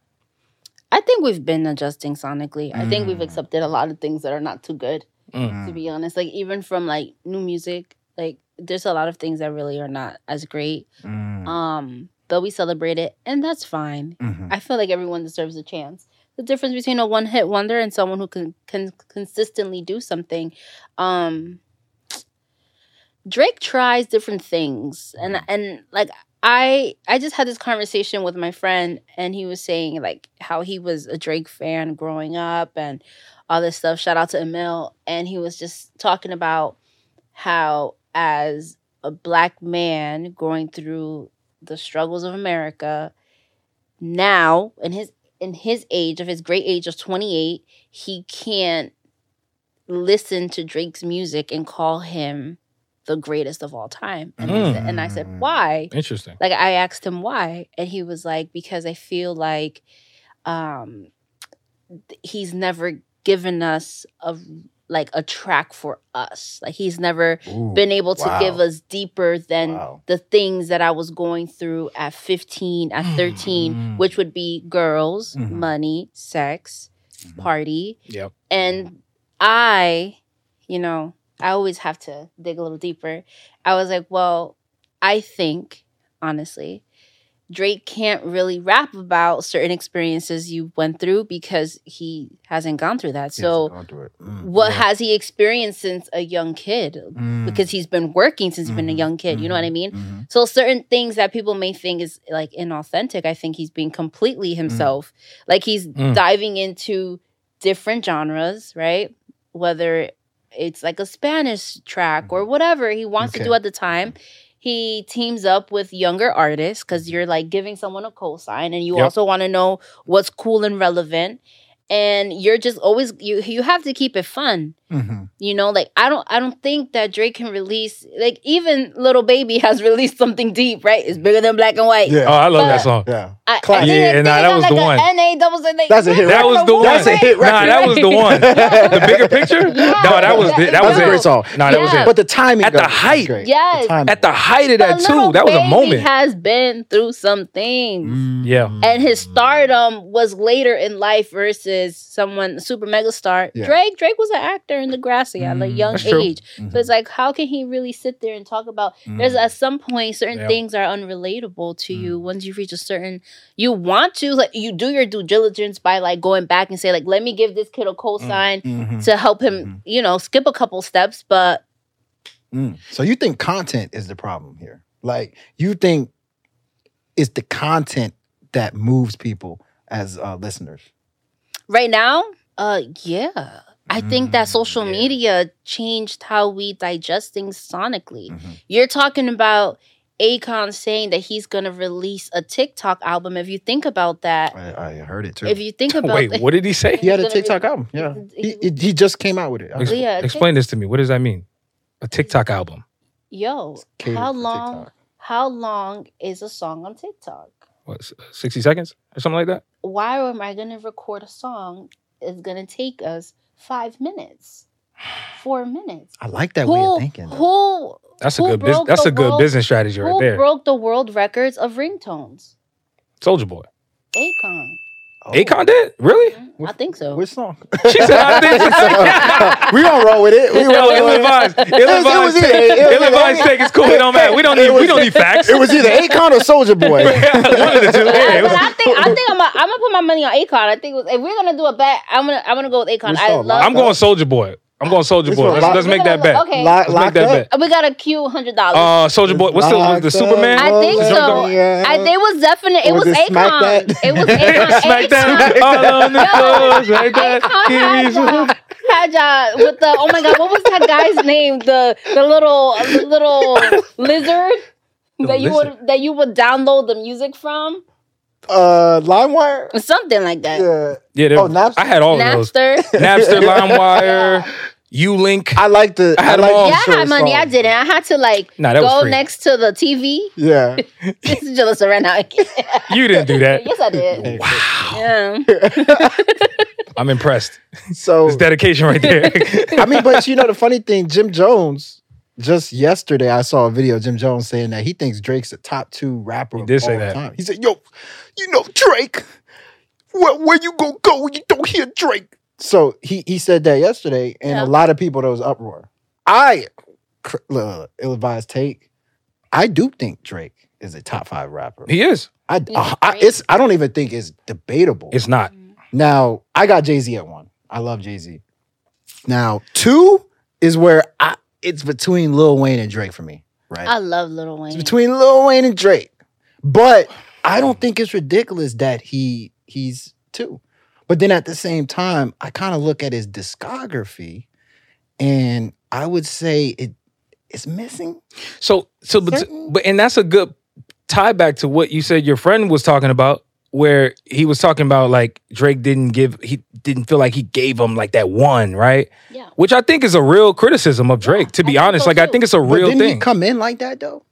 Speaker 4: I think we've been adjusting sonically. I think we've
Speaker 3: Mm.
Speaker 4: accepted a lot of things that are not too good,
Speaker 2: Mm.
Speaker 4: to be honest. Like even from like new music, like there's a lot of things that really are not as great.
Speaker 3: Mm. Mm-hmm.
Speaker 4: Um, but we celebrate it and that's fine.
Speaker 3: Mm-hmm.
Speaker 4: I feel like everyone deserves a chance. The difference between a one hit wonder and someone who can, can consistently do something. Um, Drake tries different things, and and like I I just had this conversation with my friend, and he was saying like how he was a Drake fan growing up and all this stuff. Shout out to Emil, and he was just talking about how as a black man going through the struggles of America, now in his in his age of his great age of 28 he can't listen to drake's music and call him the greatest of all time and, I, said, and I said
Speaker 3: Mm.
Speaker 4: why
Speaker 2: Interesting.
Speaker 4: like I asked him why, and he was like, "Because I feel like um th- he's never given us a like a track for us. Like he's never been able to
Speaker 3: wow.
Speaker 4: give us deeper than
Speaker 3: Wow.
Speaker 4: the things that I was going through at 15,
Speaker 3: Mm-hmm.
Speaker 4: at 13,
Speaker 2: Mm.
Speaker 4: which would be girls,
Speaker 3: Mhm.
Speaker 4: money, sex,
Speaker 3: Mhm.
Speaker 4: party,
Speaker 2: Yep.
Speaker 4: and I, you know, I always have to dig a little deeper. I was like, well, I think, honestly, Drake can't really rap about certain experiences you went through because he hasn't gone through that. So,
Speaker 3: Yes, I'll do it. Mm,
Speaker 4: what
Speaker 3: yeah.
Speaker 4: has he experienced since a young kid?
Speaker 3: Mm,
Speaker 4: Because he's been working since he's been a
Speaker 3: Mhm.
Speaker 4: young kid. You know what I mean?
Speaker 3: mhm.
Speaker 4: So certain things that people may think is like inauthentic, I think he's being completely himself. Like he's
Speaker 2: Mm.
Speaker 4: diving into different genres, right? Whether it's like a Spanish track or whatever he wants to
Speaker 3: Okay.
Speaker 4: do at the time. He teams up with younger artists because you're like giving someone a cosign and you
Speaker 2: Yep.
Speaker 4: also want to know what's cool and relevant. And you're just always you you have to keep it fun
Speaker 3: Mhm.
Speaker 4: you know like i don't i don't think that drake can release like even little baby has released something deep right it's bigger than black and white
Speaker 3: Yeah.
Speaker 2: Oh, I love that
Speaker 4: But-
Speaker 2: song.
Speaker 3: Yeah.
Speaker 4: I,
Speaker 3: Clap.
Speaker 4: I think
Speaker 2: Yeah,
Speaker 4: they-
Speaker 2: nah,
Speaker 4: they
Speaker 2: that
Speaker 4: got
Speaker 2: was
Speaker 4: like
Speaker 2: the
Speaker 4: a
Speaker 2: one.
Speaker 4: NA double like,
Speaker 3: That's a hit
Speaker 2: That was the one.
Speaker 3: That's a hit
Speaker 2: Nah,
Speaker 3: record.
Speaker 2: that was the one. the bigger picture.
Speaker 4: Yeah,
Speaker 2: no, that was
Speaker 4: that-
Speaker 2: that, was
Speaker 3: That's a
Speaker 2: it.
Speaker 3: great song.
Speaker 2: Nah, that was
Speaker 4: Yeah.
Speaker 2: it.
Speaker 3: But the timing
Speaker 2: At the
Speaker 3: of it was
Speaker 2: height.
Speaker 3: great.
Speaker 4: Yes.
Speaker 3: The timing.
Speaker 2: At the height of that
Speaker 4: But Lil
Speaker 2: too. That was a
Speaker 4: Baby
Speaker 2: moment.
Speaker 4: has been through something
Speaker 3: Mm.
Speaker 2: Yeah.
Speaker 4: and his stardom was later in life versus someone super mega star
Speaker 3: Yeah.
Speaker 4: drake drake was an actor in the grassy at like
Speaker 3: Mm.
Speaker 4: young
Speaker 2: That's true.
Speaker 4: age so it's like how can he really sit there and talk about There's
Speaker 3: Mm.
Speaker 4: at some point certain
Speaker 2: Yeah.
Speaker 4: things are unrelatable to you once you reach a certain you want to like you do your due diligence by like going back and say like let me give this kid
Speaker 3: Mm.
Speaker 4: a cosign
Speaker 3: Mhm.
Speaker 4: to help him
Speaker 3: Mhm.
Speaker 4: you know skip a couple steps but
Speaker 3: Mm. So you think content is the problem here? Like you think it's the content that moves people as uh, listeners?
Speaker 4: right now uh yeah I think that
Speaker 3: Mm,
Speaker 4: social
Speaker 3: yeah.
Speaker 4: media changed how we digest things sonically.
Speaker 3: Mm. Mm-hmm.
Speaker 4: You're talking about Akon saying that he's going to release a TikTok album. If you think about that,
Speaker 3: I, I heard it too.
Speaker 4: if you think about
Speaker 2: Wait,
Speaker 4: that-
Speaker 2: what did he say?
Speaker 3: he had a
Speaker 4: He's gonna
Speaker 3: TikTok album. Yeah, he, he- he just came out with it.
Speaker 2: Ex-
Speaker 4: Yeah, Tik-
Speaker 2: Explain this to me. What does that mean? A TikTok album.
Speaker 4: yo,
Speaker 3: It's catered
Speaker 4: how
Speaker 3: for
Speaker 4: long
Speaker 3: TikTok.
Speaker 4: how long is a song on TikTok?
Speaker 2: What, s- 60 seconds or something like that?
Speaker 4: Why am I going to record a song? It's going to take us five minutes, four minutes.
Speaker 3: I like that way
Speaker 4: who,
Speaker 3: of thinking. though.
Speaker 4: who,
Speaker 2: That's a
Speaker 4: who
Speaker 2: good business.
Speaker 4: broke
Speaker 2: That's
Speaker 4: the
Speaker 2: a good
Speaker 4: world-
Speaker 2: business strategy right
Speaker 4: who
Speaker 2: there.
Speaker 4: broke the world records of ringtones?
Speaker 2: Soldier Boy.
Speaker 4: Akon.
Speaker 3: Oh,
Speaker 2: Akon did? Really?
Speaker 4: I think so.
Speaker 3: Which song?
Speaker 2: She said, I think she said.
Speaker 3: we don't roll with it. We
Speaker 2: Yo,
Speaker 3: don't roll
Speaker 2: ill
Speaker 3: with it.
Speaker 2: advised.
Speaker 3: It was- it was either- it was
Speaker 2: Ill
Speaker 3: either-
Speaker 2: advised take is cool. It don't matter. We don't need,
Speaker 3: It was-
Speaker 2: we don't need facts.
Speaker 3: It was either Akon or Soldier Boy.
Speaker 2: One of the two. Yeah,
Speaker 4: Yeah,
Speaker 2: it
Speaker 4: but
Speaker 2: was-
Speaker 4: I think I think I'm gonna I'm gonna put my money on Akon. I think it was, if we're gonna do a bet, I'm gonna I'm gonna go with Akon.
Speaker 3: Which
Speaker 4: I
Speaker 3: song?
Speaker 4: love.
Speaker 2: I'm going Soldier Boy. I'm going Soldier
Speaker 3: This
Speaker 2: Boy.
Speaker 3: was
Speaker 2: Let's,
Speaker 3: locked-
Speaker 2: let's
Speaker 4: We're
Speaker 2: make
Speaker 4: gonna
Speaker 2: that
Speaker 4: go-
Speaker 2: bet.
Speaker 4: Okay,
Speaker 3: Lock,
Speaker 2: Let's make
Speaker 3: locked
Speaker 2: that
Speaker 3: up.
Speaker 2: bet.
Speaker 4: we got a cute hundred dollars.
Speaker 2: Uh, Soldier Boy. What's the,
Speaker 3: Locked
Speaker 2: the
Speaker 3: up,
Speaker 2: Superman?
Speaker 4: I think
Speaker 3: locked
Speaker 4: so.
Speaker 3: up, yeah.
Speaker 4: I they was definite. It
Speaker 3: Or
Speaker 4: was,
Speaker 3: just smack
Speaker 4: Akon.
Speaker 3: that.
Speaker 4: It was Akon.
Speaker 2: Smack that.
Speaker 4: Akon.
Speaker 2: All on the
Speaker 4: Yo,
Speaker 2: floors. Like that.
Speaker 4: Akon
Speaker 2: Give me some-
Speaker 4: had y'all- had y'all with the oh my god, what was that guy's name? The the little the little lizard
Speaker 2: The
Speaker 4: that you
Speaker 2: lizard.
Speaker 4: would that you would download the music from,
Speaker 3: Uh, LimeWire.
Speaker 4: something like that.
Speaker 3: Yeah.
Speaker 2: Yeah, there-
Speaker 3: Oh, Napster?
Speaker 2: I had all of those.
Speaker 4: Napster.
Speaker 2: Napster, LimeWire, uLink.
Speaker 3: I like the.
Speaker 2: I had them
Speaker 3: like
Speaker 2: all.
Speaker 3: the
Speaker 4: Yeah, I
Speaker 3: short
Speaker 4: had money. I
Speaker 3: songs.
Speaker 4: didn't. I had to like
Speaker 2: Nah, that was
Speaker 4: go
Speaker 2: free.
Speaker 4: next to the TV.
Speaker 3: Yeah.
Speaker 4: This is Jalissa right now.
Speaker 2: You didn't do that.
Speaker 4: yes, I did.
Speaker 2: Wow.
Speaker 4: Yeah.
Speaker 2: I'm impressed.
Speaker 3: So
Speaker 2: It's dedication right there.
Speaker 3: I mean, but you know the funny thing, Jim Jones. Just yesterday, I saw a video of Jim Jones saying that he thinks Drake's the top two rapper.
Speaker 2: He did
Speaker 3: of
Speaker 2: say
Speaker 3: all
Speaker 2: that.
Speaker 3: Time. He said, "Yo, you know Drake. Where, where you gonna go when you don't hear Drake?" So he he said that yesterday, and a
Speaker 4: Yeah.
Speaker 3: lot of people there was uproar. I, cr- look, ill-advised take. I do think Drake is a top five rapper.
Speaker 2: he is.
Speaker 3: I,
Speaker 4: Yeah,
Speaker 3: uh, I
Speaker 4: Drake.
Speaker 3: it's I don't even think it's debatable.
Speaker 2: It's not.
Speaker 3: Now, I got Jay Z at one. I love Jay Z. Now, two is where I it's between Lil Wayne and Drake for me, right?
Speaker 4: I love Little Wayne.
Speaker 3: it's between Lil Wayne and Drake. But I don't think it's ridiculous that he he's two. But then at the same time, I kind of look at his discography and I would say it it's missing.
Speaker 2: So so but,
Speaker 3: Certain-
Speaker 2: but and that's a good tie back to what you said your friend was talking about where he was talking about like Drake didn't give he didn't feel like he gave him like that one, right?
Speaker 4: Yeah.
Speaker 2: Which I think is a real criticism of Drake to
Speaker 4: I
Speaker 2: be
Speaker 4: think
Speaker 2: honest.
Speaker 4: so,
Speaker 2: like I
Speaker 4: too.
Speaker 2: think it's a
Speaker 3: but
Speaker 2: real
Speaker 3: didn't
Speaker 2: thing.
Speaker 3: he come in like that though?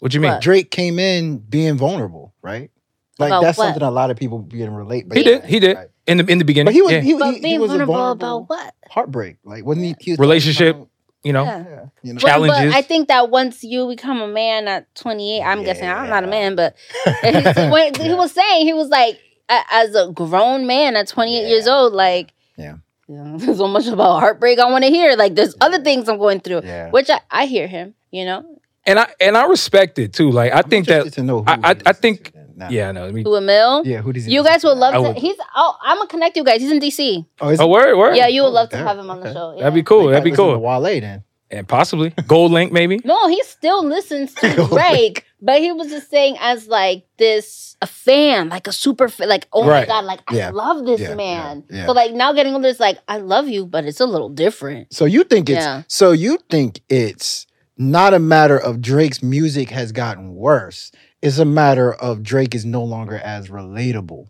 Speaker 2: what you mean?
Speaker 4: What?
Speaker 3: Drake came in being vulnerable, right? Like
Speaker 4: About
Speaker 3: that's
Speaker 4: what?
Speaker 3: something a lot of people can relate. But
Speaker 2: He did. He did.
Speaker 3: Right.
Speaker 2: In the in the beginning.
Speaker 3: But he was
Speaker 2: yeah,
Speaker 3: he,
Speaker 4: But
Speaker 3: he,
Speaker 4: being
Speaker 3: he was
Speaker 4: vulnerable,
Speaker 3: a
Speaker 4: about what?
Speaker 3: heartbreak. Like wasn't he, he was
Speaker 2: Relationship, you know.
Speaker 4: Yeah.
Speaker 3: Yeah, you know.
Speaker 4: But- But,
Speaker 2: Challenges.
Speaker 4: I think that once you become a man at 28, I'm guessing I'm not a
Speaker 3: Yeah.
Speaker 4: man, but when he
Speaker 3: Yeah.
Speaker 4: was saying he was like a- as a grown man at 28 years
Speaker 3: Yeah.
Speaker 4: old, like
Speaker 3: Yeah.
Speaker 4: you know, so much about heartbreak I want to hear. Like there's other things I'm going through,
Speaker 3: Yeah.
Speaker 4: which I, I hear him. You know,
Speaker 2: And I and I respect it too. Like I think that
Speaker 3: to know who
Speaker 2: I- I-
Speaker 3: he
Speaker 2: I
Speaker 3: listened
Speaker 2: think-
Speaker 3: to then. no.
Speaker 2: Yeah, I know. I mean,
Speaker 4: to Emil.
Speaker 3: Yeah, who does he
Speaker 4: You guys would love
Speaker 2: I
Speaker 4: to.
Speaker 2: would-
Speaker 4: He's. Oh, I'm gonna connect you guys. He's in DC.
Speaker 3: Oh, is
Speaker 2: oh, word, word.
Speaker 4: Yeah, you would love to
Speaker 3: okay.
Speaker 4: have him on the
Speaker 3: Okay.
Speaker 4: show. Yeah.
Speaker 2: That'd be cool.
Speaker 3: They
Speaker 2: That'd
Speaker 3: gotta
Speaker 2: be
Speaker 3: listen to
Speaker 2: cool.
Speaker 3: Wale then.
Speaker 2: And possibly Gold Link, maybe.
Speaker 4: No, he still listens to
Speaker 3: Go
Speaker 4: Drake, but he was just saying as like this a fan, like a super fan, like oh my
Speaker 2: Right.
Speaker 4: god, like I
Speaker 3: Yeah.
Speaker 4: love this
Speaker 3: Yeah,
Speaker 4: man.
Speaker 3: yeah, yeah.
Speaker 4: So like now getting older, it's like I love you, but it's a little different.
Speaker 3: So you think it's
Speaker 4: Yeah.
Speaker 3: so you think it's not a matter of Drake's music has gotten worse. It's a matter of Drake is no longer as relatable,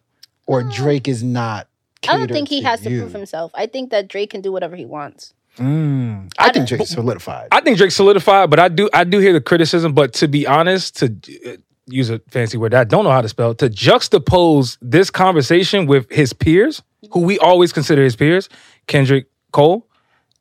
Speaker 3: or
Speaker 4: Uh,
Speaker 3: Drake is not.
Speaker 4: I don't
Speaker 3: catered
Speaker 4: think he
Speaker 3: to
Speaker 4: has to
Speaker 3: you.
Speaker 4: prove himself. I think that Drake can do whatever he wants.
Speaker 3: Mm, I,
Speaker 4: I
Speaker 3: think
Speaker 4: don't-
Speaker 3: Drake's solidified.
Speaker 2: I think Drake solidified, but I do I do hear the criticism. But to be honest, to uh, use a fancy word that I don't know how to spell, to juxtapose this conversation with his peers, who we always consider his peers, Kendrick Cole,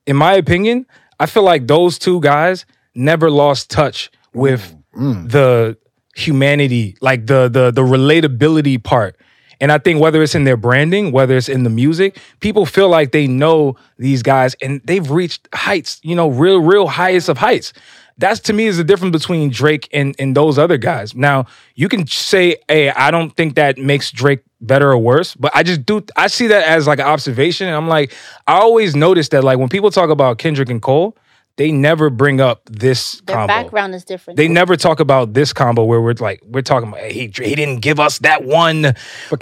Speaker 2: in my opinion, I feel like those two guys never lost touch with
Speaker 3: Mm.
Speaker 2: the humanity, like the the the relatability part. And I think whether it's in their branding, whether it's in the music, people feel like they know these guys and they've reached heights, you know, real, real highest of heights. That's to me is the difference between Drake and, and those other guys. Now, you can say, hey, I don't think that makes Drake better or worse, but I just do I see that as like an observation. And I'm like, I always notice that like when people talk about Kendrick and Cole, they never bring up this
Speaker 4: Their
Speaker 2: combo
Speaker 4: background is different.
Speaker 2: they never talk about this combo where we're like we're talking about hey, he he didn't give us that one.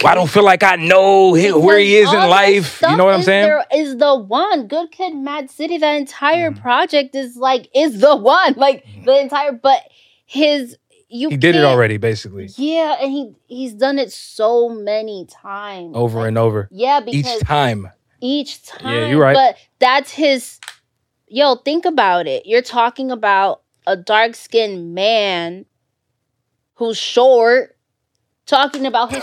Speaker 2: I don't feel like I know hi- where he is
Speaker 4: Because
Speaker 2: in
Speaker 4: all this
Speaker 2: life. You
Speaker 4: stuff
Speaker 2: know what I'm
Speaker 4: is
Speaker 2: saying?
Speaker 4: There is the one. Good Kid, Mad City. That entire
Speaker 3: Mm-hmm.
Speaker 4: project is like is the one. Like the entire, but his you
Speaker 2: he did it
Speaker 4: can't-
Speaker 2: already, basically,
Speaker 4: Yeah, and he he's done it so many times
Speaker 2: over
Speaker 4: Like,
Speaker 2: and over.
Speaker 4: Yeah, because
Speaker 2: Each time,
Speaker 4: each time.
Speaker 2: Yeah, you're right.
Speaker 4: But that's his. Yo, think about it. You're talking about a dark skinned man who's short. Talking about his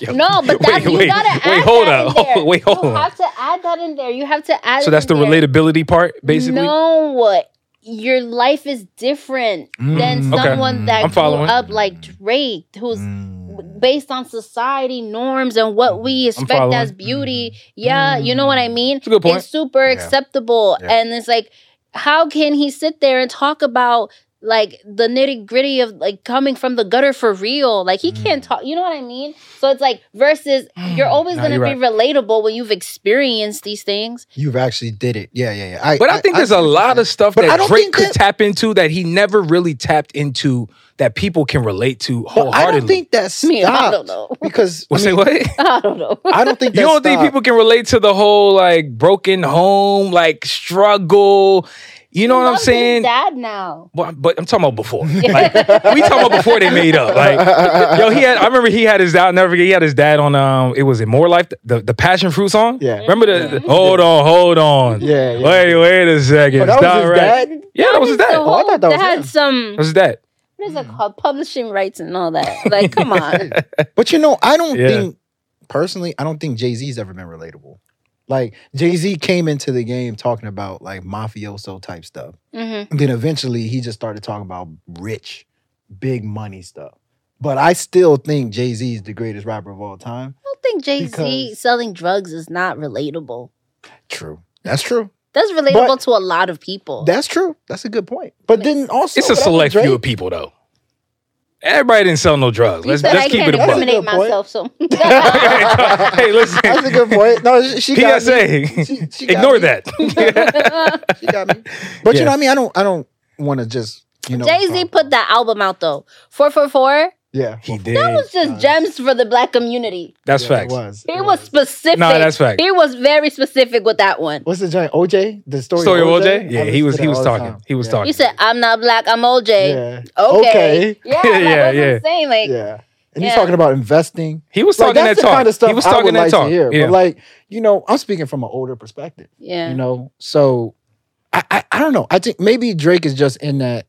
Speaker 2: Yo,
Speaker 4: no, but that
Speaker 2: wait,
Speaker 4: you
Speaker 2: wait,
Speaker 4: gotta add
Speaker 2: wait, hold
Speaker 4: that
Speaker 2: up.
Speaker 4: in there.
Speaker 2: Wait, hold
Speaker 4: you
Speaker 2: up.
Speaker 4: have to add that in there. You have to add.
Speaker 2: so that's the
Speaker 4: related.
Speaker 2: relatability part, basically.
Speaker 4: No, your life is different than
Speaker 3: Mm.
Speaker 2: Okay.
Speaker 4: someone that
Speaker 2: I'm
Speaker 4: grew
Speaker 2: following.
Speaker 4: up like Drake, who's
Speaker 3: Mm.
Speaker 4: Mm-hmm. based on society norms and what we expect
Speaker 2: Mm-hmm. following. Mm-hmm.
Speaker 4: as beauty. Yeah, you know what I mean?
Speaker 2: It's a good point.
Speaker 4: It's super
Speaker 3: Yeah.
Speaker 4: acceptable.
Speaker 3: Yeah.
Speaker 4: And it's like, how can he sit there and talk about like the nitty gritty of like coming from the gutter for real? Like he
Speaker 2: Mm-hmm.
Speaker 4: can't talk, you know what I mean? So it's like, versus you're always
Speaker 2: Nah,
Speaker 4: going to
Speaker 2: Mm-hmm. you're
Speaker 4: be relatable when you've experienced these things.
Speaker 3: You've actually did it. Yeah, yeah, yeah. I,
Speaker 2: But I think there's a
Speaker 3: a
Speaker 2: lot of stuff
Speaker 3: But I
Speaker 2: that
Speaker 3: don't
Speaker 2: Drake
Speaker 3: think
Speaker 2: could
Speaker 3: that-
Speaker 2: tap into that he never really tapped into that people can relate to
Speaker 3: But
Speaker 2: wholeheartedly.
Speaker 3: I don't think that stopped
Speaker 4: Me, I don't know.
Speaker 3: because
Speaker 2: Well,
Speaker 3: I
Speaker 2: say
Speaker 3: mean,
Speaker 2: what?
Speaker 4: I don't know.
Speaker 3: I don't think
Speaker 2: You
Speaker 3: that
Speaker 2: don't think
Speaker 3: stopped.
Speaker 2: people can relate to the whole like broken home, like struggle? You know what I'm
Speaker 4: loves his
Speaker 2: saying?
Speaker 4: Dad now.
Speaker 2: But, but I'm talking about before. Like, we talking about before they made up. Like, yo, he had. I remember he had his dad. I'll Never forget. He had his dad on. Um, it was it more life the the passion fruit song.
Speaker 3: Yeah.
Speaker 2: Remember the, the- hold on, hold on.
Speaker 3: Yeah, yeah.
Speaker 2: Wait, wait a second.
Speaker 3: Oh, that was
Speaker 2: Stop
Speaker 3: his
Speaker 2: right-
Speaker 3: dad?
Speaker 2: Yeah, that was Mm-hmm. his dad.
Speaker 4: So
Speaker 2: That
Speaker 3: Oh, I thought that was
Speaker 4: had
Speaker 3: him.
Speaker 4: some
Speaker 2: was his dad.
Speaker 4: what is it called? Publishing rights and all that. Like, come on.
Speaker 3: But you know, I don't
Speaker 2: Yeah.
Speaker 3: think personally, I don't think Jay Z's ever been relatable. Like Jay Z came into the game talking about like mafioso type stuff,
Speaker 2: Mm-hmm.
Speaker 4: Mhm.
Speaker 3: and then eventually he just started talking about rich, big money stuff. But I still think Jay Z is the greatest rapper of all time.
Speaker 4: I don't think Jay Z
Speaker 3: Because-
Speaker 4: selling drugs is not relatable.
Speaker 3: True, that's true.
Speaker 4: That's relatable to a lot of people.
Speaker 3: That's true. That's a good point. But then also,
Speaker 2: It's a
Speaker 3: without
Speaker 2: select
Speaker 3: Drake-
Speaker 2: few of people though. Everybody didn't sell no drugs.
Speaker 4: You
Speaker 2: Let's,
Speaker 4: said
Speaker 2: let's
Speaker 4: I
Speaker 2: keep
Speaker 4: can't
Speaker 2: it a buck.
Speaker 4: incriminate
Speaker 3: That's a good point.
Speaker 4: myself. So
Speaker 2: hey, listen.
Speaker 3: That's a good point. No, she, she got me.
Speaker 2: PSA.
Speaker 3: She- she got
Speaker 2: Ignore
Speaker 3: me.
Speaker 2: that.
Speaker 3: She got me. But
Speaker 2: Yeah.
Speaker 3: you know, what I mean, I don't, I don't want to just, you know,
Speaker 4: Jay Z
Speaker 3: um,
Speaker 4: put that album out though. Four four four.
Speaker 3: yeah,
Speaker 2: he did.
Speaker 4: It's just gems for the black community.
Speaker 2: that's
Speaker 3: yeah,
Speaker 2: facts.
Speaker 3: It was.
Speaker 4: He was specific.
Speaker 2: Nah, that's fact.
Speaker 4: He was very specific with that one.
Speaker 3: What's the giant OJ? The story,
Speaker 2: Story of OJ?
Speaker 3: I
Speaker 2: Yeah, he
Speaker 3: listen
Speaker 2: was-
Speaker 3: to
Speaker 2: he
Speaker 3: that
Speaker 2: was
Speaker 3: all the
Speaker 2: talking.
Speaker 3: time.
Speaker 2: He was
Speaker 3: Yeah.
Speaker 2: talking.
Speaker 4: You said I'm not black. I'm OJ.
Speaker 3: Yeah.
Speaker 4: Okay.
Speaker 2: Yeah, yeah,
Speaker 4: Yeah, like, that's what
Speaker 2: yeah.
Speaker 4: I'm saying. Like,
Speaker 3: Yeah. And he's
Speaker 4: Yeah.
Speaker 3: talking about investing.
Speaker 2: He was
Speaker 3: Like,
Speaker 2: talking
Speaker 3: that's
Speaker 2: that
Speaker 3: the
Speaker 2: talk.
Speaker 3: kind of stuff
Speaker 2: he was
Speaker 3: I
Speaker 2: talking
Speaker 3: would
Speaker 2: that
Speaker 3: like
Speaker 2: talk.
Speaker 3: to hear.
Speaker 2: Yeah.
Speaker 3: But like, you know, I'm speaking from an older perspective.
Speaker 4: yeah.
Speaker 3: You know, so I, I I don't know. I think maybe Drake is just in that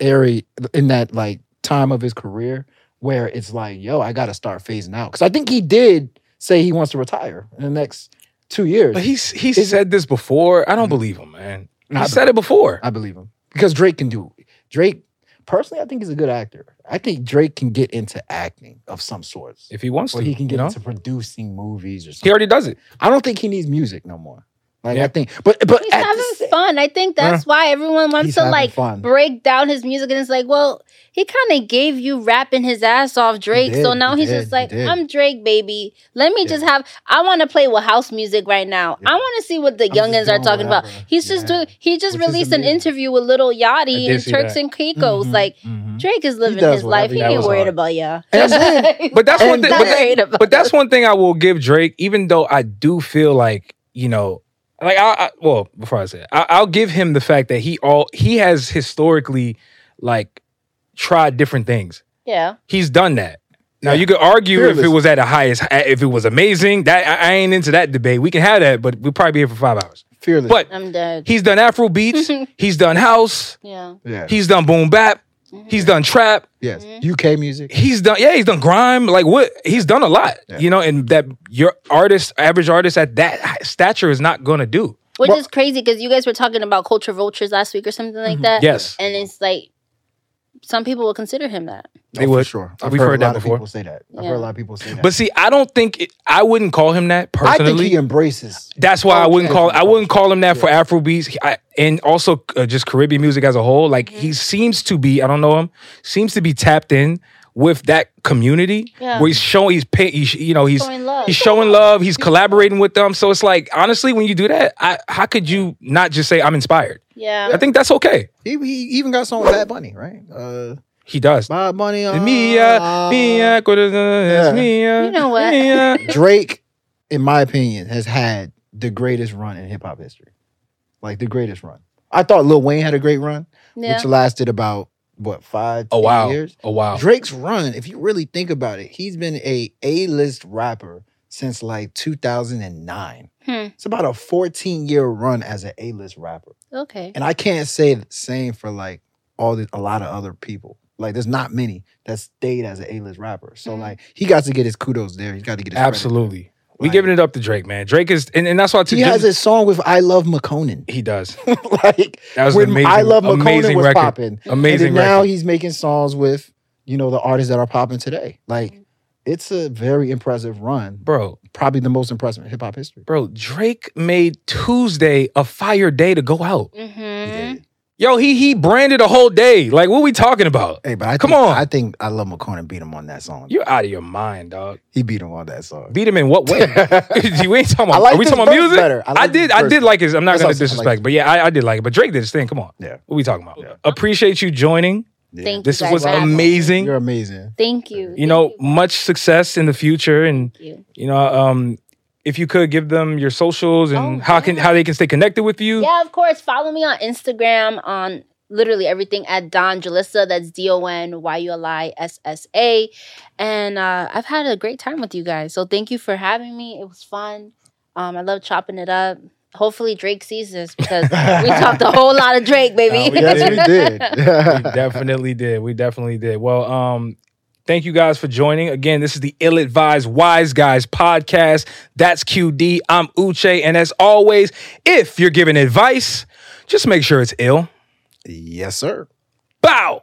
Speaker 3: area, in that like time of his career where it's like, yo, I got to start phasing out because I think he did say he wants to retire in the next two years.
Speaker 2: but he's he
Speaker 3: Is-
Speaker 2: said this before. I don't
Speaker 3: Mhm.
Speaker 2: believe him, man.
Speaker 3: And I
Speaker 2: He said it before.
Speaker 3: I believe him because Drake can do it. Drake. Personally, I think he's a good actor. I think Drake can get into acting of some sorts,
Speaker 2: If he wants
Speaker 3: or
Speaker 2: to,
Speaker 3: he can
Speaker 2: you
Speaker 3: get
Speaker 2: know?
Speaker 3: into producing movies or
Speaker 2: he
Speaker 3: something.
Speaker 2: already does it.
Speaker 3: I don't think he needs music no more. Like
Speaker 2: Yeah.
Speaker 3: I think, but but
Speaker 4: He's
Speaker 3: at
Speaker 4: having
Speaker 3: the sa-
Speaker 4: fun. I think that's why everyone wants
Speaker 3: He's
Speaker 4: to
Speaker 3: having
Speaker 4: like
Speaker 3: fun.
Speaker 4: break down his music, and it's like, well, he kind of gave you rapping his ass off Drake,
Speaker 3: did,
Speaker 4: so now
Speaker 3: he
Speaker 4: he's
Speaker 3: did,
Speaker 4: just
Speaker 3: he
Speaker 4: like,
Speaker 3: did.
Speaker 4: I'm Drake, baby. Let me
Speaker 3: Yeah.
Speaker 4: just have. I want to play with house music right now.
Speaker 3: Yeah.
Speaker 4: I want to see what the
Speaker 3: just
Speaker 4: youngins are
Speaker 3: doing
Speaker 4: talking about.
Speaker 3: whatever.
Speaker 4: He's just
Speaker 3: Yeah.
Speaker 4: doing. He just
Speaker 3: Which is
Speaker 4: released an
Speaker 3: amazing.
Speaker 4: interview with Little Yachty
Speaker 2: did
Speaker 4: and
Speaker 2: see
Speaker 4: Turks
Speaker 2: that.
Speaker 4: and Caicos.
Speaker 3: Mhm,
Speaker 4: Like
Speaker 3: mhm.
Speaker 4: Drake is living
Speaker 3: does
Speaker 4: his life.
Speaker 3: whatever
Speaker 4: He
Speaker 2: he
Speaker 4: ain't
Speaker 2: does.
Speaker 4: worried about y'all.
Speaker 3: And I'm saying,
Speaker 2: But that's one
Speaker 4: He's
Speaker 2: thing.
Speaker 4: not
Speaker 2: But, that-
Speaker 4: worried about
Speaker 2: but that's one thing I will give Drake. Even though I do feel like you know, like I, I well before I say it, I, I'll give him the fact that he all he has historically like tried different things.
Speaker 4: yeah.
Speaker 2: He's done that. Now
Speaker 3: Yeah.
Speaker 2: you could argue if it
Speaker 3: Fearless.
Speaker 2: was at the highest, if it was amazing. That I, I ain't into that debate. We can have that, but we'll probably be here for five hours.
Speaker 3: fearless.
Speaker 2: But
Speaker 4: I'm dead.
Speaker 2: he's done Afro beats. he's done house.
Speaker 4: Yeah.
Speaker 3: yeah,
Speaker 2: He's done boom bap. He's done trap.
Speaker 3: yes, UK music.
Speaker 2: He's done yeah. He's done grime. Like what? He's done a lot.
Speaker 3: Yeah.
Speaker 2: You know, and that your artist, average artist at that hi- stature is not gonna do.
Speaker 4: Which
Speaker 3: Well-
Speaker 4: is crazy because you guys were talking about culture vultures last week or something like
Speaker 3: Mm-hmm.
Speaker 4: that.
Speaker 2: Yes.
Speaker 4: And it's like some people will consider him that.
Speaker 2: They
Speaker 3: Oh, for
Speaker 2: would.
Speaker 3: sure.
Speaker 2: We've heard
Speaker 3: a
Speaker 2: that
Speaker 3: lot
Speaker 2: before.
Speaker 3: of people say that. I've
Speaker 4: Yeah.
Speaker 3: heard a lot of people say that.
Speaker 2: But see, I don't think it, I wouldn't call him that
Speaker 3: I think
Speaker 2: personally.
Speaker 3: he embraces.
Speaker 2: That's
Speaker 4: Oh,
Speaker 2: why I wouldn't
Speaker 3: Okay.
Speaker 2: call I wouldn't call him that for Afro beats I, and also uh, just Caribbean music as a whole. Like he seems to be, I don't know him, seems to be tapped in with that community
Speaker 4: Yeah.
Speaker 2: where he's showing he's pay, he's you know he's
Speaker 4: Showing love.
Speaker 2: he's showing love, he's collaborating with them. So it's like honestly, when you do that, I, how could you not just say I'm inspired? I
Speaker 4: Yeah.
Speaker 2: think that's okay.
Speaker 3: He, he even got some with Bad Bunny, right? Uh,
Speaker 2: He does. uh,
Speaker 3: Bad Bunny, uh,
Speaker 2: Mia, Mia, go to the- it's
Speaker 3: Yeah.
Speaker 2: Mia,
Speaker 4: You know what?
Speaker 2: Mia.
Speaker 3: Drake, in my opinion, has had the greatest run in hip hop history. Like the greatest run. I thought Lil Wayne had a great run,
Speaker 4: Yeah.
Speaker 3: which lasted about what five?
Speaker 2: Oh
Speaker 3: 10
Speaker 2: wow!
Speaker 3: Years.
Speaker 2: Oh wow!
Speaker 3: Drake's run, if you really think about it, he's been a A list rapper since like 2009.
Speaker 4: Hmm.
Speaker 3: It's about a 14 year run as an A list rapper,
Speaker 4: Okay.
Speaker 3: and I can't say the same for like all the, a lot of other people. Like, there's not many that stayed as an A list rapper. So
Speaker 4: Mhm.
Speaker 3: like, he got to get his kudos there. He got to get his credit.
Speaker 2: Hmm. Absolutely, we
Speaker 3: Like-
Speaker 2: giving it up to Drake, man. Drake is, and, and that's why to
Speaker 3: He
Speaker 2: do-
Speaker 3: has a song with "I Love McConan."
Speaker 2: He does.
Speaker 3: like
Speaker 2: That was
Speaker 3: when
Speaker 2: an amazing.
Speaker 3: "I Love
Speaker 2: amazing
Speaker 3: McConan" was
Speaker 2: record.
Speaker 3: popping, and
Speaker 2: Amazing
Speaker 3: then now
Speaker 2: record.
Speaker 3: he's making songs with you know the artists that are popping today. Like
Speaker 4: Mm-hmm.
Speaker 3: it's a very impressive run,
Speaker 2: bro,
Speaker 3: probably the most impressive in hip hop history.
Speaker 2: bro, Drake made Tuesday a fire day to go out.
Speaker 4: Mm-hmm.
Speaker 2: Yo, he he branded a whole day. Like, what we talking about?
Speaker 3: Hey, but I
Speaker 2: Come
Speaker 3: think,
Speaker 2: on.
Speaker 3: I think "I Love McConan" beat him on that song.
Speaker 2: You're out of your mind, dog.
Speaker 3: He beat him on that song.
Speaker 2: Beat him in what way? we ain't talking
Speaker 3: I
Speaker 2: about.
Speaker 3: like
Speaker 2: are we
Speaker 3: this
Speaker 2: talking about
Speaker 3: verse
Speaker 2: music?
Speaker 3: better.
Speaker 2: I,
Speaker 3: like
Speaker 2: did.
Speaker 3: this
Speaker 2: I
Speaker 3: verse
Speaker 2: did like his. I'm not
Speaker 3: That's
Speaker 2: gonna
Speaker 3: awesome. I like
Speaker 2: disrespect, but yeah, I, I did like it. But Drake did his thing. Come on.
Speaker 3: Yeah.
Speaker 2: What we talking about?
Speaker 3: Yeah.
Speaker 2: Appreciate you joining.
Speaker 3: Yeah.
Speaker 4: Thank
Speaker 2: This
Speaker 4: you. guys
Speaker 2: was
Speaker 4: for having me.
Speaker 2: amazing.
Speaker 3: You're amazing.
Speaker 4: Thank you.
Speaker 2: you know, much success in the future, and
Speaker 4: Thank you.
Speaker 2: you know, um, if you could give them your socials and
Speaker 4: Oh,
Speaker 2: how can
Speaker 4: yeah.
Speaker 2: how they can stay connected with you.
Speaker 4: Yeah, of course. Follow me on Instagram on literally everything at Don Jalissa. That's D O N Y U L I S S A. And uh, I've had a great time with you guys. So thank you for having me. It was fun. Um, I love chopping it up. Hopefully Drake sees this because we talked a whole lot of Drake,
Speaker 2: Nah,
Speaker 4: baby.
Speaker 2: we
Speaker 3: yes, we did.
Speaker 2: we definitely did. We definitely did. Well, um, thank you guys for joining. Again, this is the Ill Advised Wise Guys podcast. That's QD. I'm Uche. And as always, if you're giving advice, just make sure it's ill.
Speaker 3: yes, sir.
Speaker 2: Bow.